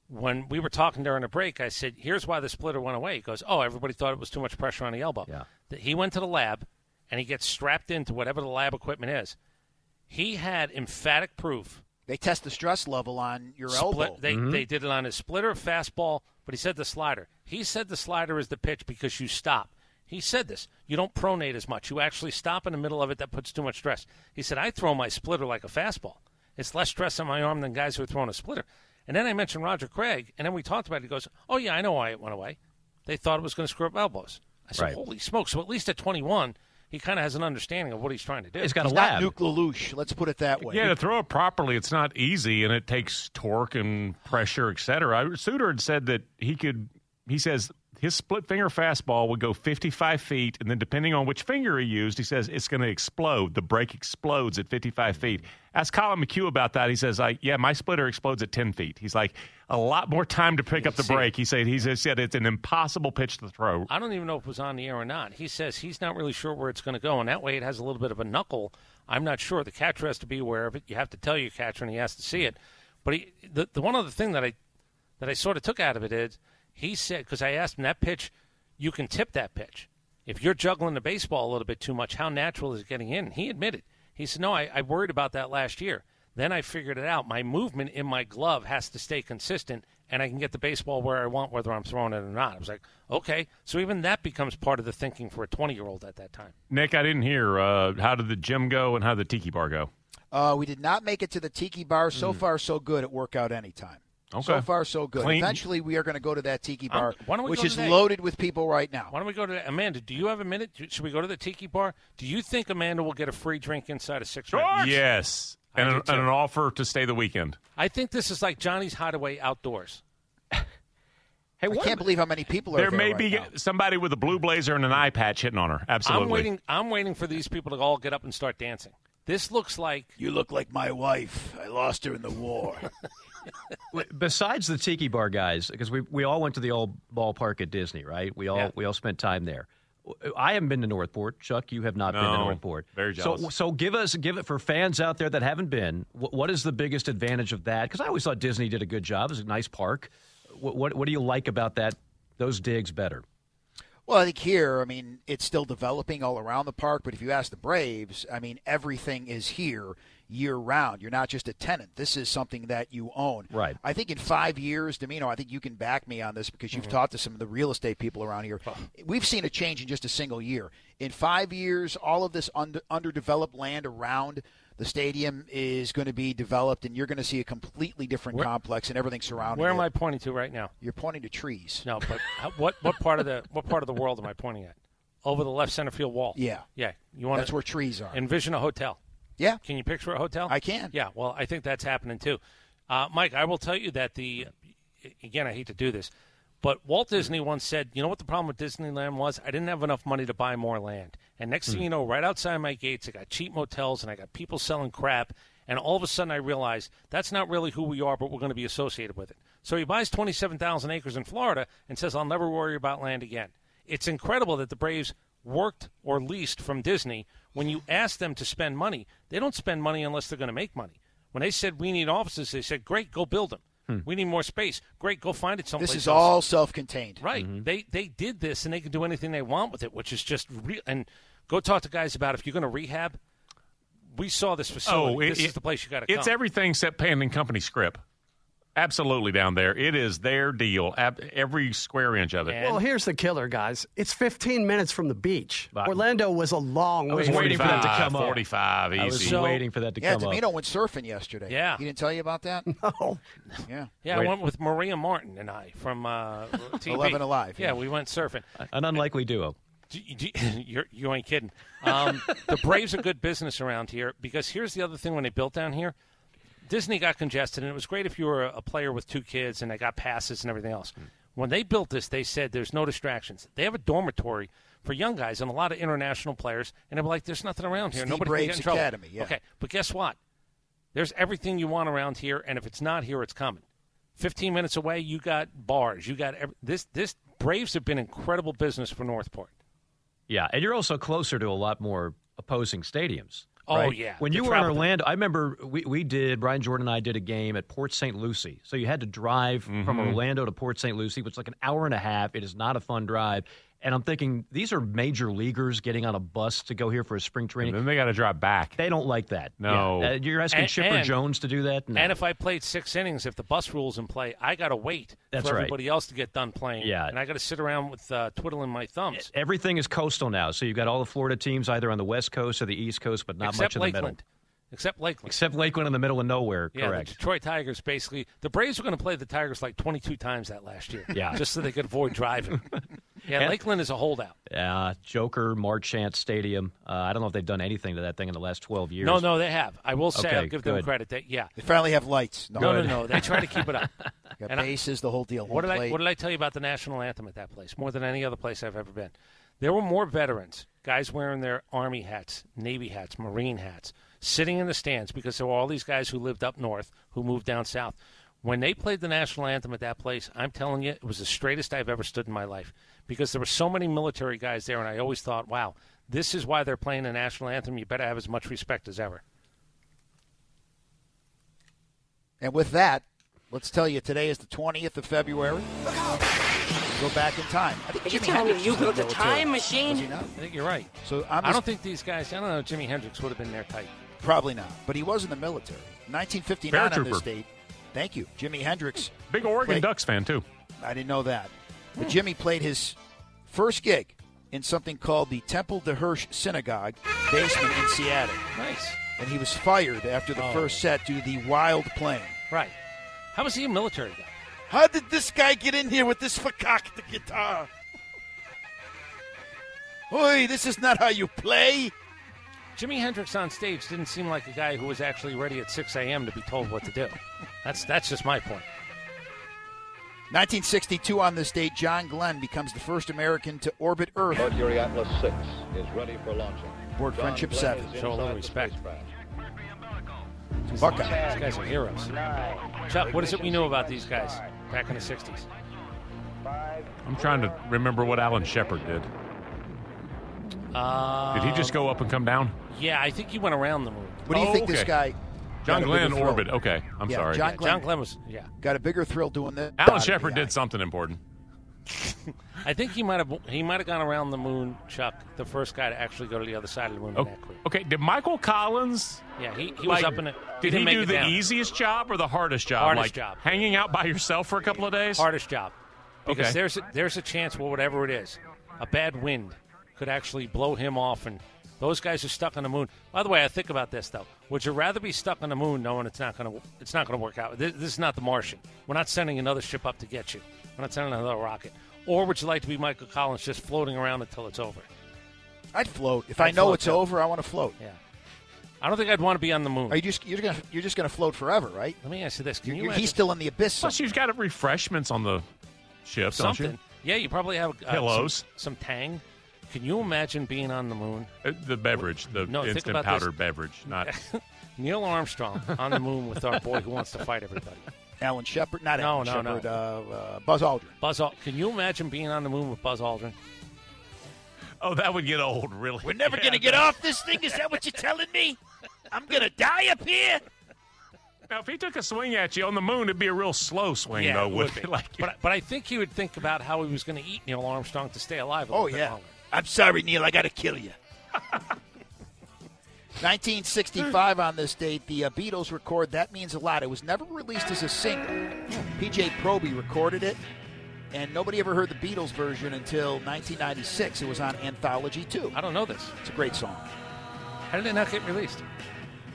Speaker 5: when we were talking during the break, I said, "Here's why the splitter went away." He goes, "Oh, everybody thought it was too much pressure on the elbow." Yeah. He went to the lab, and he gets strapped into whatever the lab equipment is. He had emphatic proof.
Speaker 8: They test the stress level on your
Speaker 5: Split-
Speaker 8: elbow.
Speaker 5: They, they did it on his splitter, fastball, but he said the slider. He said the slider is the pitch because you stop. He said this. You don't pronate as much. You actually stop in the middle of it. That puts too much stress. He said, I throw my splitter like a fastball. It's less stress on my arm than guys who are throwing a splitter. And then I mentioned Roger Craig, and then we talked about it. He goes, Oh, yeah, I know why it went away. They thought it was going to screw up elbows. I said,
Speaker 8: Right.
Speaker 5: Holy smokes. So at least at 21, he kind of has an understanding of what he's trying to do.
Speaker 8: He's not Nuke Lelouch. Let's put it that way.
Speaker 9: Yeah, to throw it properly, it's not easy, and it takes torque and pressure, et cetera. Suter had said that he could. He says his split finger fastball would go 55 feet, and then depending on which finger he used, he says it's going to explode. The break explodes at 55 feet. Ask Colin McHugh about that. He says, like, yeah, my splitter explodes at 10 feet. He's like, a lot more time to pick up the break. He said, he said it's an impossible pitch to throw.
Speaker 5: I don't even know if it was on the air or not. He says he's not really sure where it's going to go, and that way it has a little bit of a knuckle. I'm not sure. The catcher has to be aware of it. You have to tell your catcher, and he has to see it. But he, the, the one other thing that I that I sort of took out of it is he said because I asked him that pitch, you can tip that pitch. If you're juggling the baseball a little bit too much, how natural is it getting in? He admitted. He said, "No, I, I worried about that last year. Then I figured it out. My movement in my glove has to stay consistent, and I can get the baseball where I want, whether I'm throwing it or not." I was like, "Okay." So even that becomes part of the thinking for a 20 year old at that time.
Speaker 9: Nick, I didn't hear. Uh, how did the gym go, and how did the tiki bar go?
Speaker 8: Uh, we did not make it to the tiki bar. So
Speaker 5: Mm.
Speaker 8: far, so good at workout anytime. So
Speaker 9: Okay.
Speaker 8: far, so good.
Speaker 9: Clean.
Speaker 8: Eventually, we are going to go to that tiki
Speaker 5: Um,
Speaker 8: bar,
Speaker 5: why don't we
Speaker 8: which
Speaker 5: go
Speaker 8: is
Speaker 5: today?
Speaker 8: loaded with people right now.
Speaker 5: Why don't we go to that? Amanda? Do you have a minute? Do- Should we go to the tiki bar? Do you think Amanda will get a free drink inside of six minutes?
Speaker 9: Yes,
Speaker 5: I
Speaker 9: and,
Speaker 5: do
Speaker 9: an-
Speaker 5: too.
Speaker 9: and an offer to stay the weekend.
Speaker 5: I think this is like Johnny's Hideaway outdoors.
Speaker 8: I can't believe how many people are
Speaker 9: there
Speaker 8: there.
Speaker 9: may
Speaker 8: right
Speaker 9: be
Speaker 8: now.
Speaker 9: somebody with a blue blazer and an eye patch hitting on her. Absolutely.
Speaker 5: I'm waiting. I'm waiting for these people to all get up and start dancing. This looks like
Speaker 8: you look like my wife. I lost her in the war.
Speaker 10: Besides the tiki bar guys, because we we all went to the old ballpark at Disney, right? We all
Speaker 9: Yeah.
Speaker 10: we all spent time there. I haven't been to Northport. Chuck, you have not been to
Speaker 9: No,
Speaker 10: Northport.
Speaker 9: very
Speaker 10: So,
Speaker 9: jealous.
Speaker 10: so give us give it for fans out there that haven't been. What, what is the biggest advantage of that? Because I always thought Disney did a good job. It's a nice park. What, what what do you like about that? Those digs better.
Speaker 8: Well, I think here, I mean, it's still developing all around the park, but if you ask the Braves, I mean, everything is here year round. You're not just a tenant. This is something that you own.
Speaker 10: Right.
Speaker 8: I think in five years, Domino, I think you can back me on this because you've
Speaker 10: Mhm.
Speaker 8: talked to some of the real estate people around here. We've seen a change in just a single year. In five years, all of this under, underdeveloped land around the stadium is going to be developed, and you're going to see a completely different complex and everything surrounding
Speaker 5: Where
Speaker 8: it.
Speaker 5: am I pointing to right now?
Speaker 8: You're pointing to trees.
Speaker 5: No, but how- what what part of the what part of the world am I pointing at? Over the left center field wall.
Speaker 8: Yeah.
Speaker 5: yeah. You want
Speaker 8: That's where trees are.
Speaker 5: Envision a hotel.
Speaker 8: Yeah.
Speaker 5: Can you picture a hotel? I
Speaker 8: can.
Speaker 5: Yeah. Well, I think that's happening too. Uh, Mike, I will tell you that the again, I hate to do this, but Walt Disney once said, "You know what the problem with Disneyland was? I didn't have enough money to buy more land." And next thing
Speaker 12: Hmm.
Speaker 5: you know, right outside my gates, I got cheap motels and I got people selling crap. And all of a sudden, I realized that's not really who we are, but we're going to be associated with it. So he buys 27,000 acres in Florida and says, I'll never worry about land again. It's incredible that the Braves worked or leased from Disney. When you ask them to spend money, they don't spend money unless they're going to make money. When they said, We need offices, they said, Great, go build them.
Speaker 8: Hmm.
Speaker 5: We need more space. Great, go find it someplace.
Speaker 8: This is
Speaker 5: else."
Speaker 8: all self-contained.
Speaker 5: Right.
Speaker 9: Mm-hmm.
Speaker 5: They they did this and they can do anything they want with it, which is just real. And go talk to guys about if you're going to rehab. We saw this facility.
Speaker 9: Oh, it-
Speaker 5: this is
Speaker 9: it-
Speaker 5: the place you got to come.
Speaker 9: It's everything except Pan and Company script. Absolutely down there. It is their deal. Ab- every square inch of it.
Speaker 11: Well, here's the killer, guys. It's 15 minutes from the beach. Orlando was a long
Speaker 9: I
Speaker 11: way.
Speaker 9: was waiting for that to come up.
Speaker 11: 45,
Speaker 9: I was easy. waiting for that to
Speaker 8: yeah,
Speaker 9: come up.
Speaker 8: Domino went surfing yesterday.
Speaker 5: Yeah.
Speaker 8: He didn't tell you about that?
Speaker 11: No.
Speaker 8: Yeah.
Speaker 5: yeah,
Speaker 10: Wait.
Speaker 5: I went with Maria Martin and I from uh, TV.
Speaker 10: 11 Alive,
Speaker 5: Yeah,
Speaker 10: yeah.
Speaker 5: we went surfing.
Speaker 10: An unlikely duo.
Speaker 5: Do, do, you're, you ain't kidding. Um, the Braves are good business around here because here's the other thing when they built down here Disney got congested, and it was great if you were a, a player with two kids and they got passes and everything else. When they built this, they said there's no distractions. They have a dormitory for young guys and a lot of international players, and they were like, there's nothing around here.
Speaker 8: Steve
Speaker 5: Nobody can
Speaker 8: Braves
Speaker 5: get in trouble.
Speaker 8: Academy, yeah.
Speaker 5: Okay, but guess what? There's everything you want around here, and if it's not here, it's coming. 15 minutes away, you got bars. You got ev- this. This Braves have been incredible business for Northport.
Speaker 10: Yeah, and you're also closer to a lot more opposing stadiums.
Speaker 5: Oh,
Speaker 10: right?
Speaker 5: yeah.
Speaker 10: When
Speaker 5: The
Speaker 10: you were in
Speaker 5: travel thing.
Speaker 10: Orlando, I remember we, we did Brian Jordan and I did a game at Port St. Lucie. So you had to drive from
Speaker 5: Mhm.
Speaker 10: Orlando to Port St. Lucie, which is like an hour and a half. It is not a fun drive. And I'm thinking these are major leaguers getting on a bus to go here for a spring training.
Speaker 9: then they got to drive back.
Speaker 10: They don't like that.
Speaker 9: No.
Speaker 10: Yeah. Uh, you're asking
Speaker 5: And-
Speaker 10: Chipper
Speaker 5: and-
Speaker 10: Jones to do that? No.
Speaker 5: And if I played six innings, if the bus rules in play, I got to wait
Speaker 10: That's
Speaker 5: for
Speaker 10: right.
Speaker 5: everybody else to get done playing.
Speaker 10: Yeah. Eh,
Speaker 5: And I got to sit around with uh, twiddling my thumbs.
Speaker 10: Everything is coastal now. So you've got all the Florida teams either on the West Coast or the East Coast, but eh, not much
Speaker 5: except
Speaker 10: in the middle.
Speaker 5: Lakeland. Except Lakeland.
Speaker 10: Except Lakeland in the middle of nowhere,
Speaker 5: Yeah,
Speaker 10: correct.
Speaker 5: the Detroit Tigers basically. The Braves were going to play the Tigers like 22 times that last year.
Speaker 10: Yeah.
Speaker 5: Just so they could avoid driving. yeah,
Speaker 10: And-
Speaker 5: Lakeland is a holdout.
Speaker 10: Uh, Joker Marchant Stadium. Uh, I don't know if they've done anything to that thing in the last 12 years.
Speaker 5: No, no, they have. I will say, I'll give them
Speaker 10: good.
Speaker 5: credit. That yeah,
Speaker 10: They finally have
Speaker 8: lights.
Speaker 5: No, no,
Speaker 10: Good.
Speaker 5: no. They try to keep it up.
Speaker 8: Got
Speaker 5: And I-
Speaker 8: bases, the whole deal.
Speaker 5: What did
Speaker 8: home
Speaker 5: I
Speaker 8: plate.
Speaker 5: What did I tell you about the national anthem at that place? More than any other place I've ever been. There were more veterans, guys wearing their army hats, navy hats, marine hats, sitting in the stands because there were all these guys who lived up north who moved down south. When they played the national anthem at that place, I'm telling you, it was the straightest I've ever stood in my life because there were so many military guys there, and I always thought, wow, this is why they're playing the national anthem. You better have as much respect as ever.
Speaker 8: And with that, let's tell you today is the 20th of February. Go back in time. I think
Speaker 3: Are you
Speaker 8: Jimi
Speaker 3: telling me
Speaker 8: Hendrix
Speaker 3: you
Speaker 8: was in
Speaker 3: built a
Speaker 8: the military.
Speaker 3: time
Speaker 5: machine?
Speaker 8: Was he not?
Speaker 5: I think you're right.
Speaker 8: So I'm
Speaker 5: I
Speaker 8: just-
Speaker 5: don't think these guys. I don't know. Jimi Hendrix would have been their type.
Speaker 8: Probably not. But he was in the military. 1959 on this
Speaker 9: Paratrooper.
Speaker 8: date. Thank you. Jimi Hendrix.
Speaker 9: Big Oregon
Speaker 8: played-
Speaker 9: Ducks fan too.
Speaker 8: I didn't know that. But Jimmy played his first gig in something called the Temple de Hirsch Synagogue basement in Seattle.
Speaker 5: Nice.
Speaker 8: And he was fired after the
Speaker 5: Oh.
Speaker 8: first set due to the wild playing.
Speaker 5: Right. How was he a military guy?
Speaker 8: How did this guy get in here with this fakakta guitar? Oi, this is not how you play.
Speaker 5: Jimi Hendrix on stage didn't seem like a guy who was actually ready at 6 a.m. to be told what to do. That's that's just my point.
Speaker 8: 1962 on this date, John Glenn becomes the first American to orbit Earth.
Speaker 12: Mercury Atlas 6 is ready for launching.
Speaker 8: Board Friendship 7.
Speaker 5: Show a little respect.
Speaker 8: Buckeye.
Speaker 5: These guys are heroes. Chuck, what is it we know about these guys back in the 60s?
Speaker 9: I'm trying to remember what Alan Shepard did.
Speaker 5: Uh,
Speaker 9: Did he just go up and come down?
Speaker 5: Yeah, I think he went around the moon.
Speaker 8: What do you
Speaker 9: Oh,
Speaker 8: think this
Speaker 9: okay.
Speaker 8: guy?
Speaker 9: John
Speaker 8: got a bigger
Speaker 9: Glenn
Speaker 8: thrill?
Speaker 9: Orbit. Okay, I'm
Speaker 8: Yeah,
Speaker 9: sorry.
Speaker 8: John Glenn,
Speaker 5: was. Yeah.
Speaker 8: Got a bigger thrill doing this.
Speaker 9: Alan Shepard did something important.
Speaker 5: I think he might have he might have gone around the moon, Chuck, the first guy to actually go to the other side of the moon. in that crew.
Speaker 9: Oh, Okay, did Michael Collins?
Speaker 5: Yeah, he, he
Speaker 9: like,
Speaker 5: was up in it.
Speaker 9: Did
Speaker 5: didn't
Speaker 9: he
Speaker 5: make
Speaker 9: do
Speaker 5: it
Speaker 9: the
Speaker 5: down.
Speaker 9: easiest job or the hardest job?
Speaker 5: Hardest
Speaker 9: like
Speaker 5: job.
Speaker 9: hanging out by yourself for a couple of days.
Speaker 5: Hardest job. Because
Speaker 9: Okay.
Speaker 5: there's a, there's a chance, well, whatever it is, a bad wind could actually blow him off, and those guys are stuck on the moon. By the way, I think about this though. Would you rather be stuck on the moon knowing it's not gonna it's not gonna work out? This, this is not the Martian. We're not sending another ship up to get you. We're not sending another rocket. Or would you like to be Michael Collins, just floating around until it's over?
Speaker 8: I'd float if
Speaker 5: I'd
Speaker 8: i know
Speaker 5: float,
Speaker 8: it's
Speaker 5: yeah.
Speaker 8: over. I want to float.
Speaker 5: Yeah. I don't think I'd want to be on the moon.
Speaker 8: Are you just you're gonna you're just gonna float forever, right?
Speaker 5: Let me ask you this: Can you
Speaker 8: he's
Speaker 5: imagine-
Speaker 8: still in the abyss.
Speaker 9: Plus, you've got refreshments on the ship,
Speaker 5: something?
Speaker 9: don't
Speaker 5: Yeah, you probably have uh,
Speaker 9: Pillows.
Speaker 5: some, some tang. Can you imagine being on the moon?
Speaker 9: you? Uh, The beverage, the
Speaker 5: No, think
Speaker 9: instant
Speaker 5: about this.
Speaker 9: powder beverage, not
Speaker 5: Neil Armstrong on the moon with our boy who wants to fight everybody.
Speaker 8: Alan Shepard, not
Speaker 5: No,
Speaker 8: Alan
Speaker 5: no, no.
Speaker 8: Shepard. Uh, uh, Buzz Aldrin.
Speaker 5: Buzz Aldrin. Can you imagine being on the moon with Buzz Aldrin?
Speaker 9: Oh, that would get old, really.
Speaker 5: We're
Speaker 8: never gonna get off this thing. Is that what you're telling me? I'm gonna die up here.
Speaker 9: Now, if he took a swing at you on the moon, it'd be a real slow swing,
Speaker 5: yeah,
Speaker 9: though,
Speaker 5: it
Speaker 9: wouldn't
Speaker 5: would
Speaker 9: it? Like,
Speaker 5: be. but, but I think he would think about how he was going to eat Neil Armstrong to stay alive. A
Speaker 8: Oh
Speaker 5: little bit
Speaker 8: yeah.
Speaker 5: longer.
Speaker 8: I'm sorry, Neil. I gotta kill you. 1965 on this date, the uh, Beatles record "That Means a Lot." It was never released as a single. PJ Proby recorded it, and nobody ever heard the Beatles version until 1996. It was on Anthology too. I
Speaker 5: don't know this.
Speaker 8: It's a great song.
Speaker 5: How did it not get released?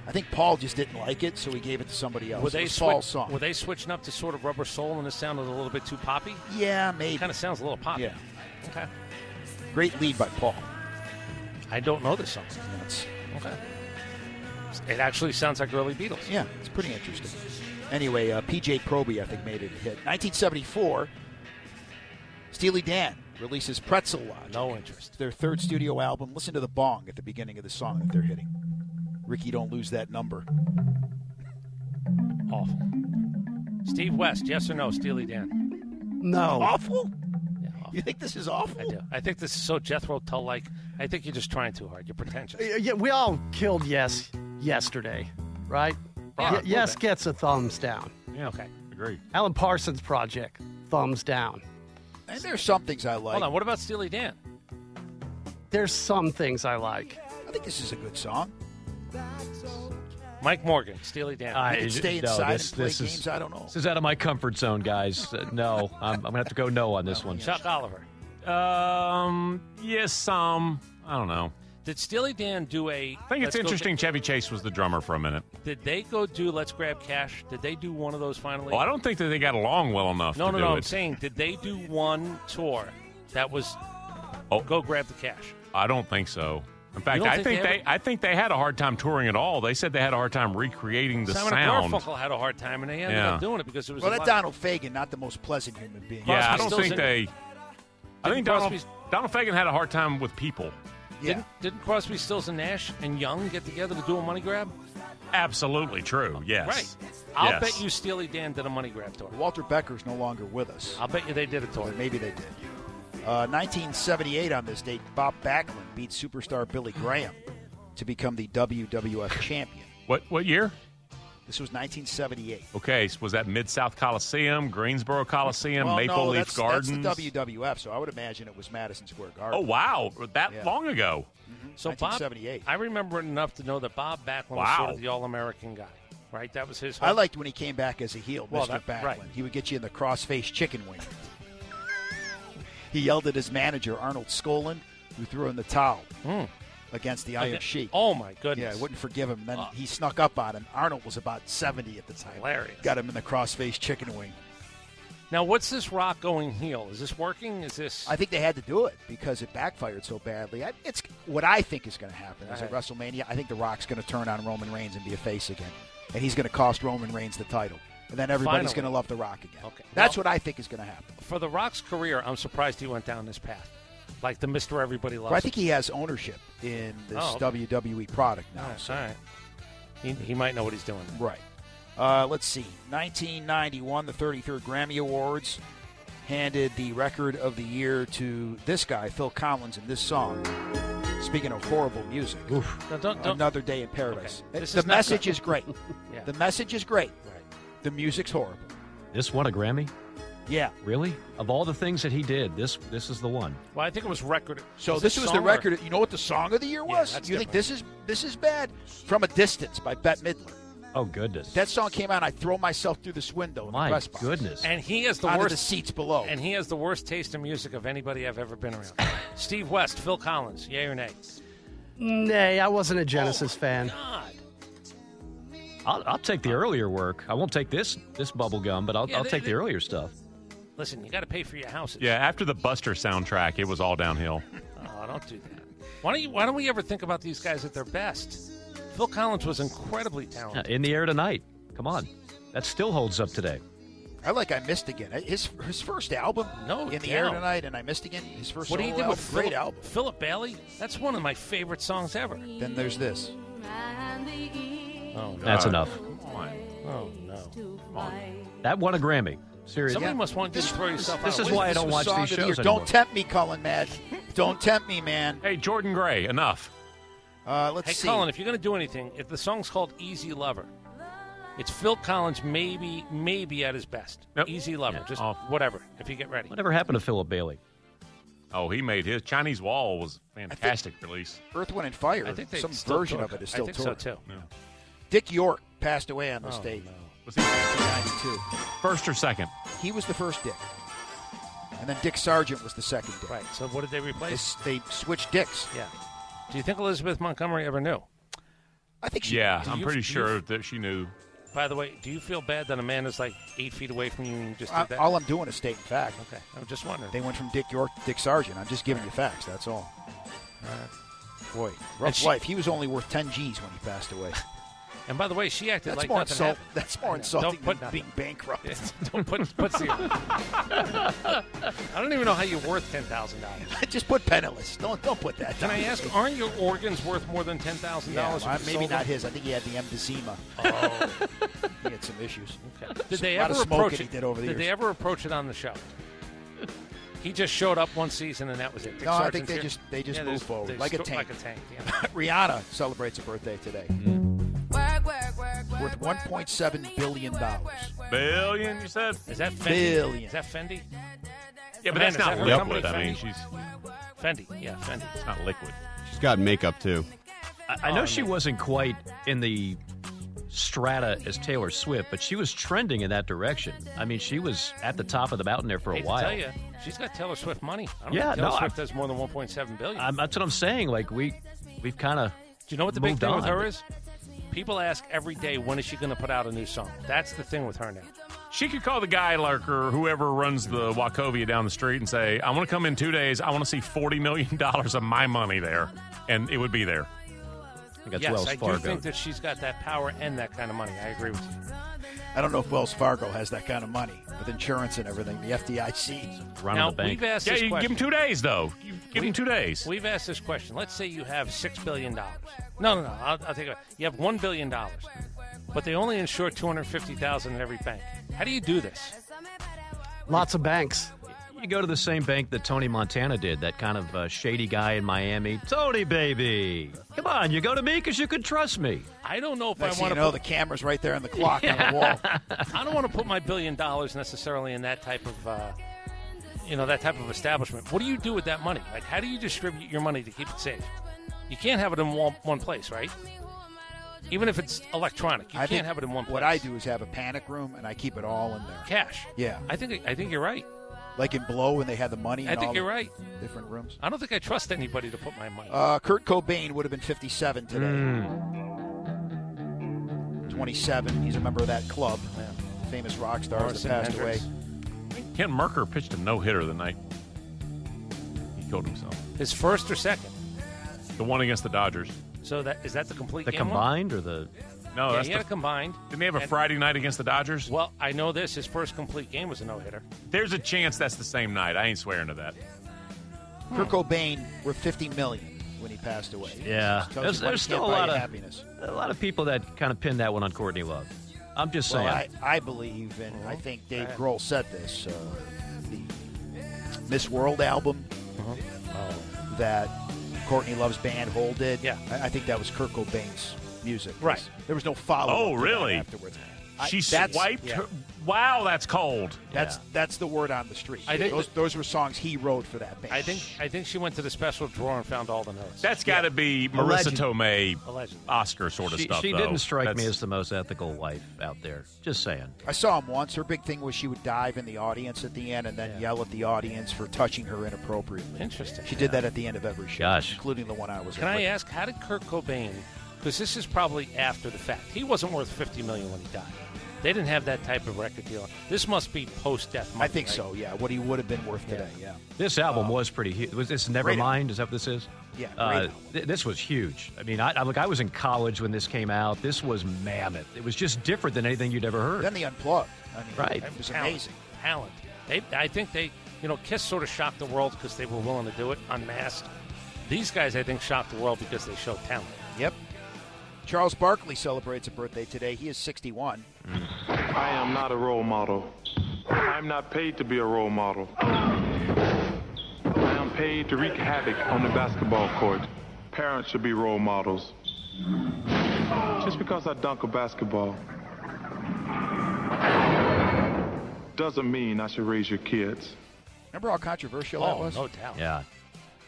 Speaker 8: I think Paul just didn't like it, so he gave it to somebody else.
Speaker 5: Were
Speaker 8: it
Speaker 5: they
Speaker 8: was Paul's
Speaker 5: switch-
Speaker 8: song.
Speaker 5: Were they switching up to sort of Rubber Soul and it sounded a little bit too poppy?
Speaker 8: Yeah, maybe.
Speaker 5: Kind of sounds a little poppy.
Speaker 8: Yeah.
Speaker 5: Okay.
Speaker 8: Great lead by Paul.
Speaker 5: I don't know this song. Okay. It actually sounds like early Beatles.
Speaker 8: Yeah, it's pretty interesting. Anyway, uh, PJ Proby, I think, made it a hit. 1974, Steely Dan releases Pretzel Lodge.
Speaker 5: No interest.
Speaker 8: Their third studio album. Listen to the bong at the beginning of the song that they're hitting. Ricky, don't lose that number.
Speaker 5: Awful. Steve West, yes or no? Steely Dan.
Speaker 11: No.
Speaker 8: Awful?
Speaker 5: off.
Speaker 8: You think this is awful?
Speaker 5: I do. I think this is so Jethro Tull like. I think you're just trying too hard. You're pretentious.
Speaker 11: Uh, Yeah, we all killed yes yesterday, right?
Speaker 5: Yeah,
Speaker 11: Ye-
Speaker 5: a little
Speaker 11: yes
Speaker 5: bit.
Speaker 11: gets a thumbs down.
Speaker 5: Yeah. Okay.
Speaker 9: Agree.
Speaker 11: Alan Parsons Project, thumbs down.
Speaker 8: And there's some things I like.
Speaker 5: Hold on. What about Steely Dan?
Speaker 11: There's some things I like.
Speaker 8: I think this is a good song.
Speaker 5: Mike Morgan, Steely Dan.
Speaker 10: This is out of my comfort zone, guys. Uh, no, I'm, I'm gonna have to go no on this one.
Speaker 5: Chuck Oliver.
Speaker 9: Um. Yes. Some. I don't know.
Speaker 5: Did Steely Dan do a?
Speaker 9: I think it's interesting. Chevy Chase was the drummer for a minute.
Speaker 5: did they go do Let's Grab Cash? Did they do one of those finally?
Speaker 9: Well, Oh, I don't think that they got along well enough.
Speaker 5: No,
Speaker 9: to
Speaker 5: no,
Speaker 9: do
Speaker 5: no. I'm
Speaker 9: it.
Speaker 5: saying, did they do one tour that was
Speaker 9: Oh.
Speaker 5: go grab the cash?
Speaker 9: I don't think so. In fact,
Speaker 5: don't
Speaker 9: I
Speaker 5: think
Speaker 9: think
Speaker 5: they
Speaker 9: they,
Speaker 5: ever-
Speaker 9: I think they had a hard time touring at all. They said they had a hard time recreating the
Speaker 5: Simon and
Speaker 9: sound.
Speaker 5: Garfunkel had a hard time, and they ended
Speaker 9: Yeah.
Speaker 5: up doing it because it was.
Speaker 8: Well,
Speaker 5: a
Speaker 8: that
Speaker 5: lot-
Speaker 8: Donald Fagen, not the most pleasant human being.
Speaker 9: Yeah, I
Speaker 5: Crosby,
Speaker 9: don't
Speaker 5: Stills,
Speaker 9: think
Speaker 5: and-
Speaker 9: they. I think
Speaker 5: Didn't
Speaker 9: Donald,
Speaker 5: Crosby's-
Speaker 9: Donald Fagan had a hard time with people.
Speaker 5: Didn't, didn't Crosby, Stills, and Nash and Young get together to do a money grab?
Speaker 9: Absolutely true. Yes.
Speaker 5: Right. I'll
Speaker 9: Yes.
Speaker 5: bet you Steely Dan did a money grab tour.
Speaker 8: Walter Becker's no longer with us.
Speaker 5: I'll bet you they did a tour.
Speaker 8: Maybe they did. Uh, 1978 on this date, Bob Backlund beat superstar Billy Graham to become the WWF champion.
Speaker 9: What what year?
Speaker 8: This was 1978.
Speaker 9: Okay, so was that Mid South Coliseum, Greensboro Coliseum,
Speaker 8: Well,
Speaker 9: Maple
Speaker 8: no,
Speaker 9: Leaf
Speaker 8: that's,
Speaker 9: Gardens?
Speaker 8: That's the E. WWF, so I would imagine it was Madison Square Garden.
Speaker 9: oh wow, that
Speaker 8: Yeah.
Speaker 9: long ago.
Speaker 5: So Bob, I remember it enough to know that Bob Backlund was
Speaker 9: Wow.
Speaker 5: sort of the all-American guy, right? That was his.
Speaker 8: I liked when he came back as a heel,
Speaker 5: Well,
Speaker 8: Mr.
Speaker 5: that-
Speaker 8: Backlund.
Speaker 5: right.
Speaker 8: He would get you in the cross-face chicken wing. he yelled at his manager, Arnold Skolin, who threw in the towel against the Iron
Speaker 5: Hmm. Again-
Speaker 8: Sheik.
Speaker 5: Oh, my goodness.
Speaker 8: Yeah, I wouldn't forgive him. Then he snuck up on him. Arnold was about 70 at the time.
Speaker 5: Hilarious.
Speaker 8: Got him in the cross-face chicken wing.
Speaker 5: Now, what's this rock going heel? Is this working? Is this?
Speaker 8: I think they had to do it because it backfired so badly. I, it's what I think is going to happen is at
Speaker 5: All right.
Speaker 8: WrestleMania. I think The Rock's going to turn on Roman Reigns and be a face again, and he's going to cost Roman Reigns the title, and then everybody's
Speaker 5: Finally.
Speaker 8: going to love The Rock again.
Speaker 5: Okay.
Speaker 8: That's
Speaker 5: Well-
Speaker 8: what I think is going to happen.
Speaker 5: for The Rock's career, I'm surprised he went down this path, like the Mister Everybody Loves.
Speaker 8: But I think he has ownership in this
Speaker 5: Oh, okay.
Speaker 8: WWE product
Speaker 5: All
Speaker 8: now.
Speaker 5: right,
Speaker 8: so-
Speaker 5: all right. He, he might know what he's doing.
Speaker 8: Right. Uh, let's see. 1991, the 33rd Grammy Awards handed the record of the year to this guy, Phil Collins, in this song. Speaking of horrible music,
Speaker 5: No, don't- don't-
Speaker 8: another day in paradise.
Speaker 5: Okay. This
Speaker 8: The
Speaker 5: is not
Speaker 8: message
Speaker 5: good.
Speaker 8: is great.
Speaker 5: Yeah.
Speaker 8: The message is great. The music's horrible.
Speaker 10: This won a Grammy.
Speaker 8: Yeah.
Speaker 10: Really? Of all the things that he did, this this is the one.
Speaker 5: Well, I think it was record.
Speaker 8: So
Speaker 5: it
Speaker 8: this was the
Speaker 5: song or-
Speaker 8: record. You know what the song of the year was?
Speaker 5: that's
Speaker 8: you think this is this is bad? From a distance by Bette Midler.
Speaker 10: Oh goodness.
Speaker 8: That song came out. I throw myself through this window. in the
Speaker 10: My
Speaker 8: press box.
Speaker 10: goodness.
Speaker 5: And he has the
Speaker 8: Out of
Speaker 5: worst
Speaker 8: the seats below.
Speaker 5: And he has the worst taste in music of anybody I've ever been around. Steve West, Phil Collins, yay or nay? Oh
Speaker 11: Nay, I wasn't a Genesis fan.
Speaker 5: God.
Speaker 10: I'll, I'll take the earlier work. I won't take this this bubble gum, but I'll,
Speaker 5: Yeah,
Speaker 10: I'll
Speaker 5: they-
Speaker 10: take
Speaker 5: they-
Speaker 10: the earlier stuff.
Speaker 5: Listen, you got to pay for your houses.
Speaker 9: Yeah, after the Buster soundtrack, it was all downhill.
Speaker 5: Oh, don't do that. Why don't you? Why don't we ever think about these guys at their best? Phil Collins was incredibly
Speaker 10: Yeah,
Speaker 5: talented.
Speaker 10: In the air tonight. Come on, that still holds up today.
Speaker 8: I like I missed again. His his first album,
Speaker 5: No
Speaker 8: in the
Speaker 5: doubt.
Speaker 8: air tonight, and I missed again. His first
Speaker 5: What do
Speaker 8: solo
Speaker 5: you do
Speaker 8: album,
Speaker 5: with
Speaker 8: great
Speaker 5: Philip,
Speaker 8: album.
Speaker 5: Philip Bailey? That's one of my favorite songs ever.
Speaker 8: Then there's this.
Speaker 5: Oh,
Speaker 10: That's
Speaker 5: God.
Speaker 10: enough.
Speaker 5: Oh no.
Speaker 10: That won a Grammy. Seriously.
Speaker 5: Somebody must want you to throw yourself
Speaker 10: This
Speaker 5: out.
Speaker 10: is
Speaker 5: of
Speaker 10: why I
Speaker 5: window.
Speaker 10: don't
Speaker 8: was
Speaker 10: watch
Speaker 8: song
Speaker 10: these
Speaker 8: of the
Speaker 10: shows
Speaker 8: year.
Speaker 10: anymore.
Speaker 8: Don't tempt me, Cullen Mad. Don't tempt me, man.
Speaker 9: Hey, Jordan Gray, enough.
Speaker 8: Uh, let's
Speaker 5: Hey,
Speaker 8: see.
Speaker 5: Colin, if you're going to do anything, if the song's called Easy Lover, it's Phil Collins maybe maybe at his best. Easy Lover, just whatever. If you get ready.
Speaker 10: Whatever happened to Philip Bailey?
Speaker 9: Oh, he made his Chinese Wall was a fantastic release.
Speaker 8: Earth, Wind, and Fire.
Speaker 9: I think they
Speaker 8: some
Speaker 9: still
Speaker 8: version
Speaker 9: tour.
Speaker 8: of it is
Speaker 9: I
Speaker 8: still
Speaker 9: think so,
Speaker 8: touring.
Speaker 9: too.
Speaker 8: Dick York passed away on this
Speaker 9: Oh,
Speaker 8: date.
Speaker 9: Was he
Speaker 8: 1992.
Speaker 9: First or second?
Speaker 8: He was the first Dick, and then Dick Sargent was the second Dick.
Speaker 5: Right. So what did they replace?
Speaker 8: They, switched dicks.
Speaker 5: Yeah. Do you think Elizabeth Montgomery ever knew?
Speaker 8: I think
Speaker 9: yeah,
Speaker 5: Do
Speaker 9: I'm
Speaker 5: you-
Speaker 9: pretty
Speaker 5: do you-
Speaker 9: sure that she knew.
Speaker 5: By the way, do you feel bad that a man is like eight feet away from you and you just
Speaker 8: I,
Speaker 5: did that?
Speaker 8: all I'm doing is stating fact.
Speaker 5: Okay, I'm just wondering.
Speaker 8: They went from Dick York to Dick Sargent. I'm just giving you facts. That's all. Boy, rough
Speaker 5: And she-
Speaker 8: life. He was only worth 10 G's when he passed away.
Speaker 5: And by the way, she acted
Speaker 8: That's
Speaker 5: like
Speaker 8: more
Speaker 5: nothing
Speaker 8: insult-
Speaker 5: happened.
Speaker 8: that's more
Speaker 5: I know.
Speaker 8: insulting
Speaker 5: Don't put
Speaker 8: than
Speaker 5: nothing.
Speaker 8: being bankrupt.
Speaker 5: Yeah, Don't put put zero. I don't even know how you're worth ten thousand dollars.
Speaker 8: just put penniless. Don't don't put that.
Speaker 5: Can
Speaker 8: down.
Speaker 5: I ask? Aren't your organs worth more than ten thousand
Speaker 8: Yeah,
Speaker 5: dollars?
Speaker 8: well, maybe not his. I think he had the emphysema.
Speaker 5: Oh.
Speaker 8: he had some issues.
Speaker 5: Did they
Speaker 8: a lot
Speaker 5: ever
Speaker 8: of smoke
Speaker 5: approach
Speaker 8: that
Speaker 5: it?
Speaker 8: he did over the
Speaker 5: did
Speaker 8: years.
Speaker 5: they ever approach it on the show? He just showed up one season and that was it. Dick
Speaker 8: No, I think
Speaker 5: Sargent's
Speaker 8: they
Speaker 5: here.
Speaker 8: just they just
Speaker 5: Yeah,
Speaker 8: move
Speaker 5: there's-
Speaker 8: forward
Speaker 5: there's
Speaker 8: like a
Speaker 5: sto-
Speaker 8: tank.
Speaker 5: Like a tank. Yeah.
Speaker 8: Rihanna celebrates her birthday today. Mm-hmm.
Speaker 3: Work, work, work,
Speaker 8: Worth 1.7 billion dollars.
Speaker 9: Billion, you said?
Speaker 5: Is that Fendi?
Speaker 8: Billion.
Speaker 5: Is that Fendi?
Speaker 9: Yeah, but
Speaker 5: Man,
Speaker 9: that's
Speaker 5: is
Speaker 9: not
Speaker 5: that her
Speaker 9: liquid.
Speaker 5: company,
Speaker 9: I mean,
Speaker 5: Fendi?
Speaker 9: she's
Speaker 5: Fendi. Yeah, Fendi.
Speaker 9: it's not liquid.
Speaker 13: She's got makeup too.
Speaker 10: I, I know she wasn't quite in the strata as Taylor Swift, but she was trending in that direction. I mean, she was at the top of the mountain there for a
Speaker 5: Hate
Speaker 10: while.
Speaker 5: To tell you, she's got Taylor Swift money. I don't
Speaker 10: Yeah,
Speaker 5: think Taylor
Speaker 10: no,
Speaker 5: Swift has more than 1.7 billion.
Speaker 10: I'm, uh, that's what I'm saying. Like we, we've kind of.
Speaker 5: Do you know what the big thing with her is? People ask every day when is she going to put out a new song. That's the thing with her now.
Speaker 9: She could call the guy lurker, whoever runs the Wachovia down the street, and say, I want to come in two days. I want to see $40 million of my money there. And it would be there. I
Speaker 10: think that's
Speaker 5: yes,
Speaker 10: Wells
Speaker 5: I
Speaker 10: Fargo.
Speaker 5: do think that she's got that power and that kind of money. I agree with you.
Speaker 8: I don't know if Wells Fargo has that kind of money with insurance and everything. The FDIC.
Speaker 5: Now, we've asked
Speaker 9: yeah,
Speaker 5: this
Speaker 9: you can give
Speaker 5: question.
Speaker 9: him two days, though. You give
Speaker 5: We-
Speaker 9: him two days.
Speaker 5: We've asked this question. Let's say you have six billion dollars. No, no, no. I'll, I'll take it. back. You have one billion dollars, but they only insure two hundred fifty thousand in every bank. How do you do this?
Speaker 11: Lots of banks.
Speaker 10: You go to the same bank that Tony Montana did, that kind of uh, shady guy in Miami. Tony, baby, come on, you go to me because you can trust me.
Speaker 5: I don't know if
Speaker 10: Next
Speaker 5: I
Speaker 10: thing
Speaker 5: want
Speaker 10: you
Speaker 5: to
Speaker 10: know,
Speaker 5: put,
Speaker 10: the
Speaker 8: camera's right there on the clock
Speaker 10: on the wall.
Speaker 5: I don't want to put my billion dollars necessarily in that type of, uh, you know, that type of establishment. What do you do with that money? Like, how do you distribute your money to keep it safe? You can't have it in one, one place, right? Even if it's electronic, you
Speaker 8: I think
Speaker 5: can't have it in one place.
Speaker 8: What I do is have a panic room and I keep it all in there.
Speaker 5: Cash.
Speaker 8: Yeah.
Speaker 5: I think I think you're right.
Speaker 8: Like in Blow when they had the money.
Speaker 5: I
Speaker 8: in all
Speaker 5: think you're
Speaker 8: the
Speaker 5: right.
Speaker 8: Different rooms.
Speaker 5: I don't think I trust anybody to put my money.
Speaker 8: Uh, Kurt Cobain would have been 57 today. 27. He's a member of that club. Famous rock stars
Speaker 9: Morrison,
Speaker 8: that passed
Speaker 9: Hendrix.
Speaker 8: away.
Speaker 9: Ken Merker pitched a no hitter the night he killed himself.
Speaker 5: His first or second?
Speaker 9: The one against the Dodgers.
Speaker 5: so that is that the complete
Speaker 9: The
Speaker 5: game one?
Speaker 9: combined or the? No,
Speaker 5: yeah,
Speaker 9: that's
Speaker 5: he
Speaker 9: the-
Speaker 5: had a combined.
Speaker 9: Didn't they have a Friday night against the Dodgers?
Speaker 5: Well, I know this. His first complete game was a no hitter.
Speaker 9: There's a chance that's the same night. I ain't swearing to that.
Speaker 8: Kurt Cobain worth 50 million when he passed away.
Speaker 10: Yeah, there's,
Speaker 8: Tells you money
Speaker 10: there's
Speaker 8: can't
Speaker 10: still a
Speaker 8: buy
Speaker 10: lot
Speaker 8: you
Speaker 10: of
Speaker 8: happiness.
Speaker 10: a lot of people that kind of pin that one on Courtney Love. I'm just
Speaker 8: Well,
Speaker 10: saying.
Speaker 8: I, I believe, and I
Speaker 5: Uh-huh.
Speaker 8: think Dave
Speaker 10: Right.
Speaker 8: Grohl said this uh, the Miss World album
Speaker 5: Uh-huh.
Speaker 8: uh, that Courtney Love's band Hole did. Yeah. I, I think that was Kurt Cobain's music.
Speaker 9: Right.
Speaker 8: There was no follow up.
Speaker 9: Oh, really?
Speaker 8: Afterwards. I-
Speaker 9: She
Speaker 8: that's-
Speaker 9: swiped
Speaker 8: yeah.
Speaker 9: her. Wow, that's cold.
Speaker 8: That's that's the word on the street.
Speaker 5: I think
Speaker 8: those, those were songs he wrote for that band.
Speaker 5: I think I think she went to the special drawer and found all the notes.
Speaker 9: That's got to be Marissa
Speaker 5: Alleged.
Speaker 9: Tomei
Speaker 5: Alleged.
Speaker 9: Oscar sort of
Speaker 10: she,
Speaker 9: stuff.
Speaker 10: she
Speaker 9: though.
Speaker 10: didn't strike me
Speaker 9: That's-
Speaker 10: as the most ethical wife out there. Just saying.
Speaker 8: I saw him once. Her big thing was she would dive in the audience at the end and then yell at the audience for touching her inappropriately.
Speaker 5: Interesting.
Speaker 8: She did that at the end of every show,
Speaker 10: Gosh.
Speaker 8: including the one I was.
Speaker 5: Can
Speaker 8: at.
Speaker 5: I ask how did Kurt Cobain? Because this is probably after the fact. He wasn't worth fifty million when he died. They didn't have that type of record deal. This must be post-death. Money,
Speaker 8: I think
Speaker 5: right?
Speaker 8: so. Yeah, what he would have been worth today. Yeah.
Speaker 10: This album was pretty huge. Was this Nevermind? Is that what this is?
Speaker 8: Yeah,
Speaker 10: Uh,
Speaker 8: great
Speaker 10: th- this was huge. I mean, I, I look. I was in college when this came out. This was mammoth. It was just different than anything you'd ever heard.
Speaker 8: Then the unplugged. I mean,
Speaker 10: Right.
Speaker 8: It was
Speaker 5: Talent.
Speaker 8: amazing.
Speaker 5: Talent. They, I think they, you know, Kiss sort of shocked the world because they were willing to do it unmasked. These guys, I think, shocked the world because they showed talent.
Speaker 8: Yep. Charles Barkley celebrates a birthday today. He is 61.
Speaker 14: I am not a role model. I'm not paid to be a role model. I am paid to wreak havoc on the basketball court. Parents should be role models. Just because I dunk a basketball doesn't mean I should raise your kids.
Speaker 8: Remember how controversial
Speaker 10: Oh,
Speaker 8: that was?
Speaker 5: no doubt.
Speaker 10: Yeah.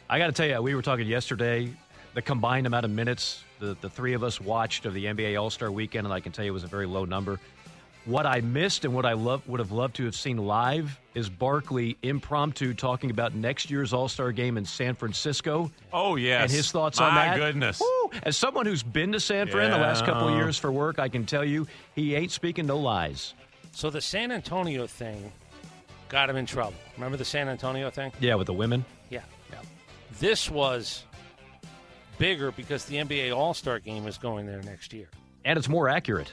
Speaker 10: I got to tell you, we were talking yesterday. The combined amount of minutes the, the three of us watched of the NBA All Star Weekend, and I can tell you it was a very low number. What I missed and what I love would have loved to have seen live is Barkley impromptu talking about next year's All Star game in San Francisco.
Speaker 9: Oh yes.
Speaker 10: And his thoughts
Speaker 9: My
Speaker 10: on that.
Speaker 9: goodness.
Speaker 10: Woo! As someone who's been to San Fran the last couple of
Speaker 9: Yeah.
Speaker 10: years for work, I can tell you he ain't speaking no lies.
Speaker 5: So the San Antonio thing got him in trouble. Remember the San Antonio thing?
Speaker 10: Yeah, with the women.
Speaker 5: Yeah. This was bigger because the NBA All Star game is going there next year.
Speaker 10: and it's more accurate.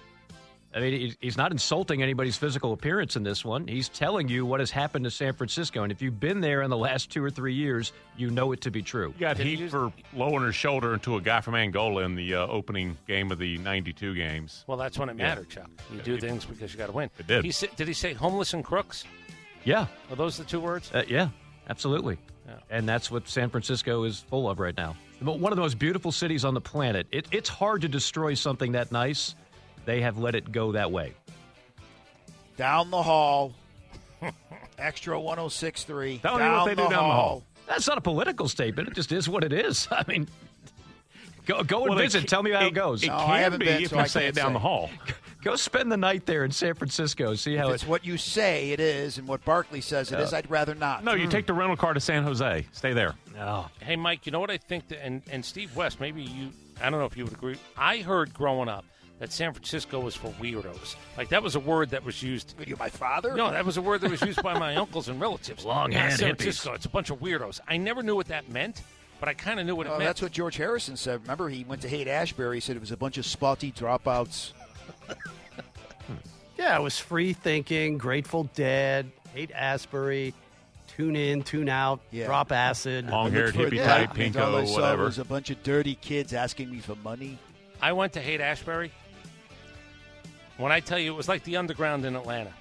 Speaker 10: I mean, he- he's not insulting anybody's physical appearance in this one. He's telling you what has happened to San Francisco, and if you've been there in the last two or three years, you know it to be true.
Speaker 9: You got heat for lowering her shoulder into a guy from Angola in the uh, opening game of the '92 games.
Speaker 5: Well, that's when it
Speaker 9: Yeah.
Speaker 5: mattered, Chuck. You do things because you got to win.
Speaker 9: It did.
Speaker 5: He said, did he say homeless and crooks?
Speaker 10: Yeah,
Speaker 5: Are those the two words?
Speaker 10: uh, yeah. Absolutely. And that's what San Francisco is full of right now. But One of the most beautiful cities on the planet. It, it's hard to destroy something that nice. They have let it go that way.
Speaker 8: Down the hall. Extra 1063.
Speaker 10: Tell me what they do down the hall. That's not a political statement. It just is what it is. I mean, go, go and
Speaker 9: Well, it
Speaker 10: visit.
Speaker 9: ca-
Speaker 10: Tell me how it,
Speaker 9: it-
Speaker 10: goes.
Speaker 9: it No, I can haven't be been, if so you I say it can't down say. the hall.
Speaker 10: Go spend the night there in San Francisco. See how
Speaker 9: If
Speaker 10: it,
Speaker 8: It's what you say it is and what Barkley says it
Speaker 9: Yeah.
Speaker 8: is. I'd rather not.
Speaker 9: No, you take the rental car to San Jose. Stay there.
Speaker 10: Oh.
Speaker 5: Hey, Mike, you know what I think? That, and, and Steve West, maybe you, I don't know if you would agree. I heard growing up that San Francisco was for weirdos. Like, that was a word that was used.
Speaker 8: You're my father?
Speaker 5: No, that was a word that was used by my uncles and relatives.
Speaker 8: Longhand
Speaker 5: Not San
Speaker 8: hippies.
Speaker 5: Francisco, it's a bunch of weirdos. I never knew what that meant, but I kind of knew what it
Speaker 8: Oh,
Speaker 5: meant.
Speaker 8: that's what George Harrison said. Remember, he went to hate Ashbury. He said it was a bunch of spotty dropouts.
Speaker 11: Yeah, it was free thinking, Grateful Dead, Hate Asbury, Tune In, Tune
Speaker 9: Oh,
Speaker 11: Out, Drop Acid,
Speaker 9: Long-haired
Speaker 11: Look for-
Speaker 9: hippie
Speaker 11: Yeah.
Speaker 9: type,
Speaker 8: And all I
Speaker 9: pinko,
Speaker 8: saw
Speaker 9: whatever.
Speaker 8: was a bunch of dirty kids asking me for money.
Speaker 5: I went to Haight Ashbury. When I tell you, it was like the underground in Atlanta.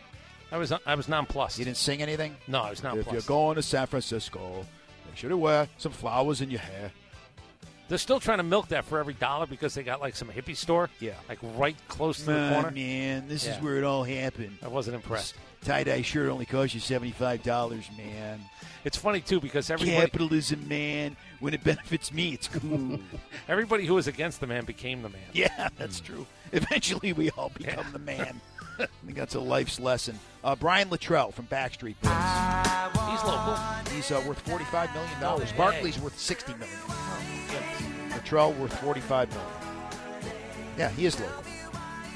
Speaker 5: I was I was nonplussed. You didn't
Speaker 8: sing anything.
Speaker 5: No, I was
Speaker 8: if
Speaker 5: nonplussed.
Speaker 8: you're going to San Francisco, make sure to wear some flowers in your hair.
Speaker 5: They're still trying to milk that for every dollar because they got like some hippie store.
Speaker 8: Yeah.
Speaker 5: like right close to
Speaker 8: Man,
Speaker 5: the corner.
Speaker 8: man, this
Speaker 5: Yeah.
Speaker 8: is where it all happened.
Speaker 5: I wasn't impressed.
Speaker 8: Tie dye shirt only cost you seventy five dollars, man.
Speaker 5: It's funny too because everybody
Speaker 8: capitalism, man. When it benefits me, it's cool.
Speaker 5: everybody who was against the man became the man.
Speaker 8: yeah, that's true. Eventually, we all become the man. I think that's a life's lesson. Uh, Brian Luttrell from Backstreet Boys. He's local. He's uh, worth forty five million dollars. Barkley's worth sixty million. Luttrell worth forty five million. Yeah, he is local.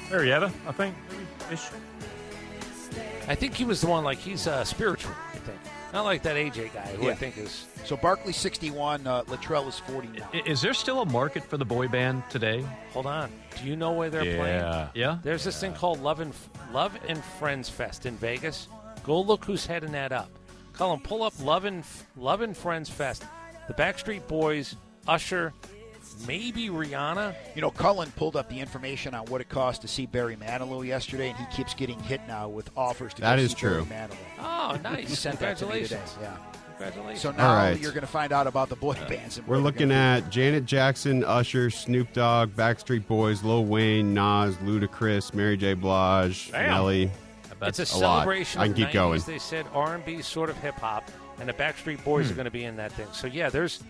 Speaker 9: Marietta, I think.
Speaker 5: I think he was the one like he's uh, spiritual. I think not like that AJ guy who I
Speaker 8: Yeah.
Speaker 5: think is
Speaker 8: So Barkley sixty one, uh, Luttrell is forty nine.
Speaker 10: I- Is there still a market for the boy band today?
Speaker 5: Hold on. Do you know where they're
Speaker 10: Yeah.
Speaker 5: playing?
Speaker 10: Yeah?
Speaker 5: There's this thing called Love and Love and Friends Fest in Vegas. Go look who's heading that up. Colin, pull up Love and Love and Friends Fest. The Backstreet Boys, Usher, maybe Rihanna.
Speaker 8: You know, Cullen pulled up the information on what it cost to see Barry Manilow yesterday, and he keeps getting hit now with offers to
Speaker 13: That
Speaker 8: go
Speaker 13: is
Speaker 8: see
Speaker 13: true.
Speaker 8: Barry Manilow.
Speaker 5: Oh,
Speaker 8: He
Speaker 5: nice!
Speaker 8: sent that to me today,
Speaker 5: Congratulations!
Speaker 8: yeah.
Speaker 5: Congratulations!
Speaker 8: So now
Speaker 13: right.
Speaker 8: you're going to find out about the boy bands. and
Speaker 13: We're
Speaker 8: where they're
Speaker 13: looking
Speaker 8: gonna be.
Speaker 13: at Janet Jackson, Usher, Snoop Dogg, Backstreet Boys, Lil Wayne, Nas, Ludacris, Mary J. Blige,
Speaker 5: Damn.
Speaker 13: Nelly.
Speaker 5: it's a,
Speaker 13: lot.
Speaker 5: celebration.
Speaker 13: I can
Speaker 5: of
Speaker 13: keep
Speaker 5: 90s.
Speaker 13: going.
Speaker 5: They said R and B, sort of hip hop, and the Backstreet Boys are going to be in that thing. So yeah, there's.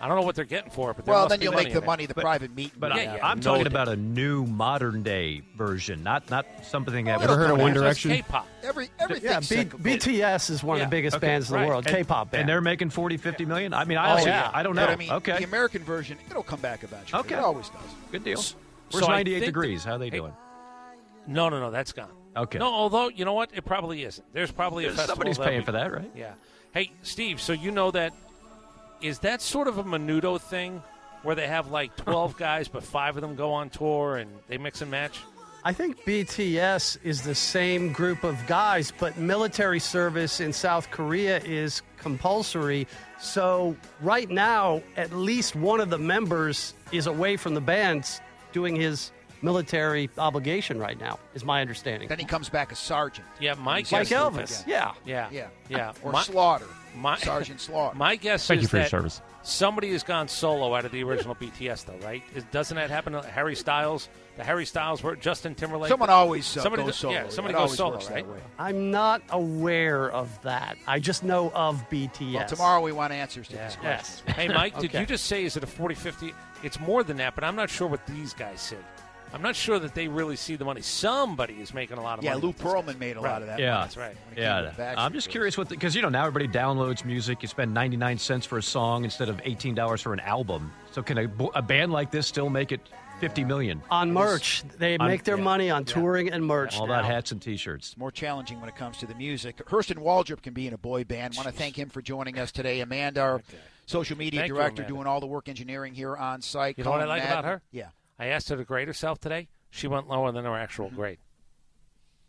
Speaker 5: I don't know what they're getting for it, but there
Speaker 8: well,
Speaker 5: must
Speaker 8: then
Speaker 5: be
Speaker 8: you'll
Speaker 5: money
Speaker 8: make
Speaker 5: in
Speaker 8: the
Speaker 5: it.
Speaker 8: money the private meeting.
Speaker 10: But
Speaker 5: Yeah,
Speaker 10: I,
Speaker 5: yeah,
Speaker 10: I'm
Speaker 5: no
Speaker 10: talking about
Speaker 5: doubt.
Speaker 10: a new modern day version, not not something that.
Speaker 13: Ever
Speaker 10: was
Speaker 13: heard of
Speaker 10: done
Speaker 13: One
Speaker 10: after.
Speaker 13: Direction?
Speaker 5: K-pop.
Speaker 8: Every,
Speaker 11: yeah,
Speaker 10: everything's
Speaker 11: B- BTS is one of the biggest
Speaker 10: Okay,
Speaker 11: bands in
Speaker 10: right.
Speaker 11: the world,
Speaker 10: And-
Speaker 11: K-pop band.
Speaker 10: And they're making 40, 50 million? I mean, I,
Speaker 11: Oh,
Speaker 10: also-
Speaker 11: yeah.
Speaker 10: I don't know.
Speaker 8: But I mean,
Speaker 10: okay.
Speaker 8: the American version, it'll come back eventually.
Speaker 10: Okay.
Speaker 8: It always does.
Speaker 10: Good deal.
Speaker 8: So
Speaker 10: Where's
Speaker 5: I
Speaker 10: 98
Speaker 5: think
Speaker 10: degrees?
Speaker 5: that-
Speaker 10: How they
Speaker 5: hey,
Speaker 10: doing?
Speaker 5: No, no, no, that's gone.
Speaker 10: Okay.
Speaker 5: No, although you know what, it probably isn't. There's probably a
Speaker 10: There's-
Speaker 5: festival
Speaker 10: somebody's
Speaker 5: that
Speaker 10: paying
Speaker 5: we-
Speaker 10: for that, right?
Speaker 5: Yeah. Hey, Steve. So you know that is that sort of a Menudo thing where they have like 12 guys, but five of them go on tour and they mix and match.
Speaker 11: I think BTS is the same group of guys, but military service in South Korea is compulsory. So right now, at least one of the members is away from the band doing his military obligation right now, is my understanding.
Speaker 8: Then he comes back a sergeant.
Speaker 5: Yeah, my
Speaker 11: Like
Speaker 5: guess.
Speaker 11: Elvis, yeah.
Speaker 5: Yeah.
Speaker 8: Yeah.
Speaker 5: Yeah.
Speaker 8: Or
Speaker 5: My-
Speaker 8: Slaughter.
Speaker 5: my-
Speaker 8: sergeant Slaughter.
Speaker 5: My guess
Speaker 9: Thank
Speaker 5: is
Speaker 9: you for your
Speaker 5: that
Speaker 9: service.
Speaker 5: somebody has gone solo out of the original BTS, though, right? Is- Doesn't that happen to Harry Styles? The Harry Styles, where Justin Timberlake.
Speaker 8: Someone always, uh,
Speaker 5: somebody
Speaker 8: goes
Speaker 5: do- Yeah,
Speaker 8: solo.
Speaker 5: somebody
Speaker 8: It always
Speaker 5: goes solo,
Speaker 8: works that
Speaker 5: right?
Speaker 8: way.
Speaker 11: I'm not aware of that. I just know of BTS.
Speaker 8: Well, tomorrow we want answers to these
Speaker 11: Yes.
Speaker 8: questions.
Speaker 5: Hey, Mike, did
Speaker 11: Okay.
Speaker 5: you just say is it a 40 50? It's more than that, but I'm not sure what these guys see. I'm not sure that they really see the money. Somebody is making a lot of
Speaker 8: Yeah,
Speaker 5: money.
Speaker 8: Lou
Speaker 5: with this guy.
Speaker 8: Pearlman made a
Speaker 5: Right.
Speaker 8: lot of that.
Speaker 10: Yeah,
Speaker 5: That's right.
Speaker 10: Yeah, I'm just curious what because you know now everybody downloads music. You spend 99 cents for a song instead of 18 dollars for an album. So can a, bo- a band like this still make it 50 million
Speaker 11: On merch, they
Speaker 10: On-
Speaker 11: make their
Speaker 10: yeah.
Speaker 11: money on touring and merch.
Speaker 10: All about
Speaker 11: now.
Speaker 10: hats and t-shirts.
Speaker 8: It's more challenging when it comes to the music. Hurston Waldrop can be in a boy band. want to thank him for joining us today. Amanda, our social media
Speaker 5: Thank you,
Speaker 8: director,
Speaker 5: Amanda.
Speaker 8: doing all the work engineering here on site.
Speaker 5: You know what I
Speaker 8: Colin
Speaker 5: like
Speaker 8: Madden-
Speaker 5: about her?
Speaker 8: Yeah.
Speaker 5: I asked her to grade herself today. She went lower than her actual grade.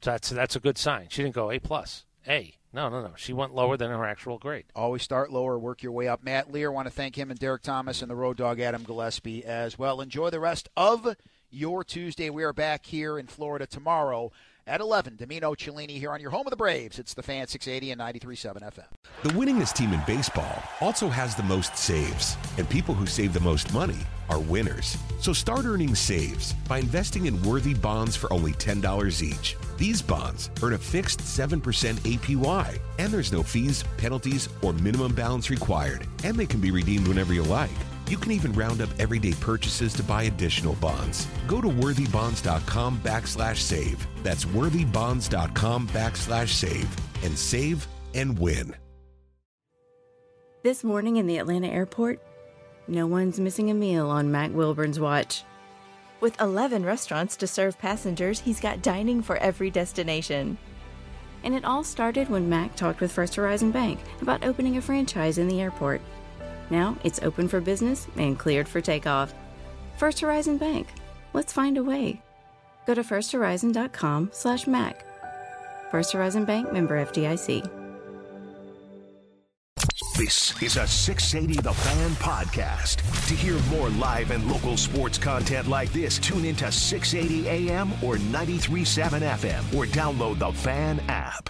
Speaker 5: So that's that's a good sign. She didn't go A plus. A. No, no, no. She went lower than her actual grade.
Speaker 8: Always start lower, work your way up. Matt Lear, want to thank him and Derek Thomas and the road dog Adam Gillespie as well. Enjoy the rest of your Tuesday. We are back here in Florida tomorrow at 11. Domino Cellini here on your home of the Braves. It's the Fan 680 and 93.7 FM.
Speaker 2: The winningest team in baseball also has the most saves, and people who save the most money are winners. So start earning saves by investing in worthy bonds for only $10 each. These bonds earn a fixed 7% APY, and there's no fees, penalties, or minimum balance required, and they can be redeemed whenever you like. You can even round up everyday purchases to buy additional bonds. Go to worthybonds.com backslash save. That's worthybonds.com backslash save and save and win.
Speaker 15: This morning in the Atlanta airport, no one's missing a meal on Mac Wilburn's watch. With 11 restaurants to serve passengers, he's got dining for every destination. And it all started when Mac talked with First Horizon Bank about opening a franchise in the airport. Now it's open for business and cleared for takeoff. First Horizon Bank. Let's find a way. Go to firsthorizon.com slash Mac. First Horizon Bank member FDIC.
Speaker 1: This is a 680 The Fan podcast. To hear more live and local sports content like this, tune into 680 AM or 93.7 FM or download the Fan app.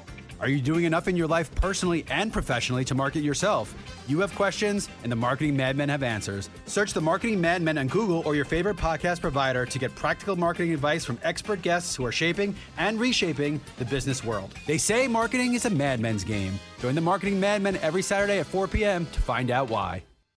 Speaker 16: Are you doing enough in your life personally and professionally to market yourself? You have questions, and the Marketing Madmen have answers. Search the Marketing Madmen on Google or your favorite podcast provider to get practical marketing advice from expert guests who are shaping and reshaping the business world. They say marketing is a madman's game. Join the Marketing Madmen every Saturday at 4 p.m. to find out why.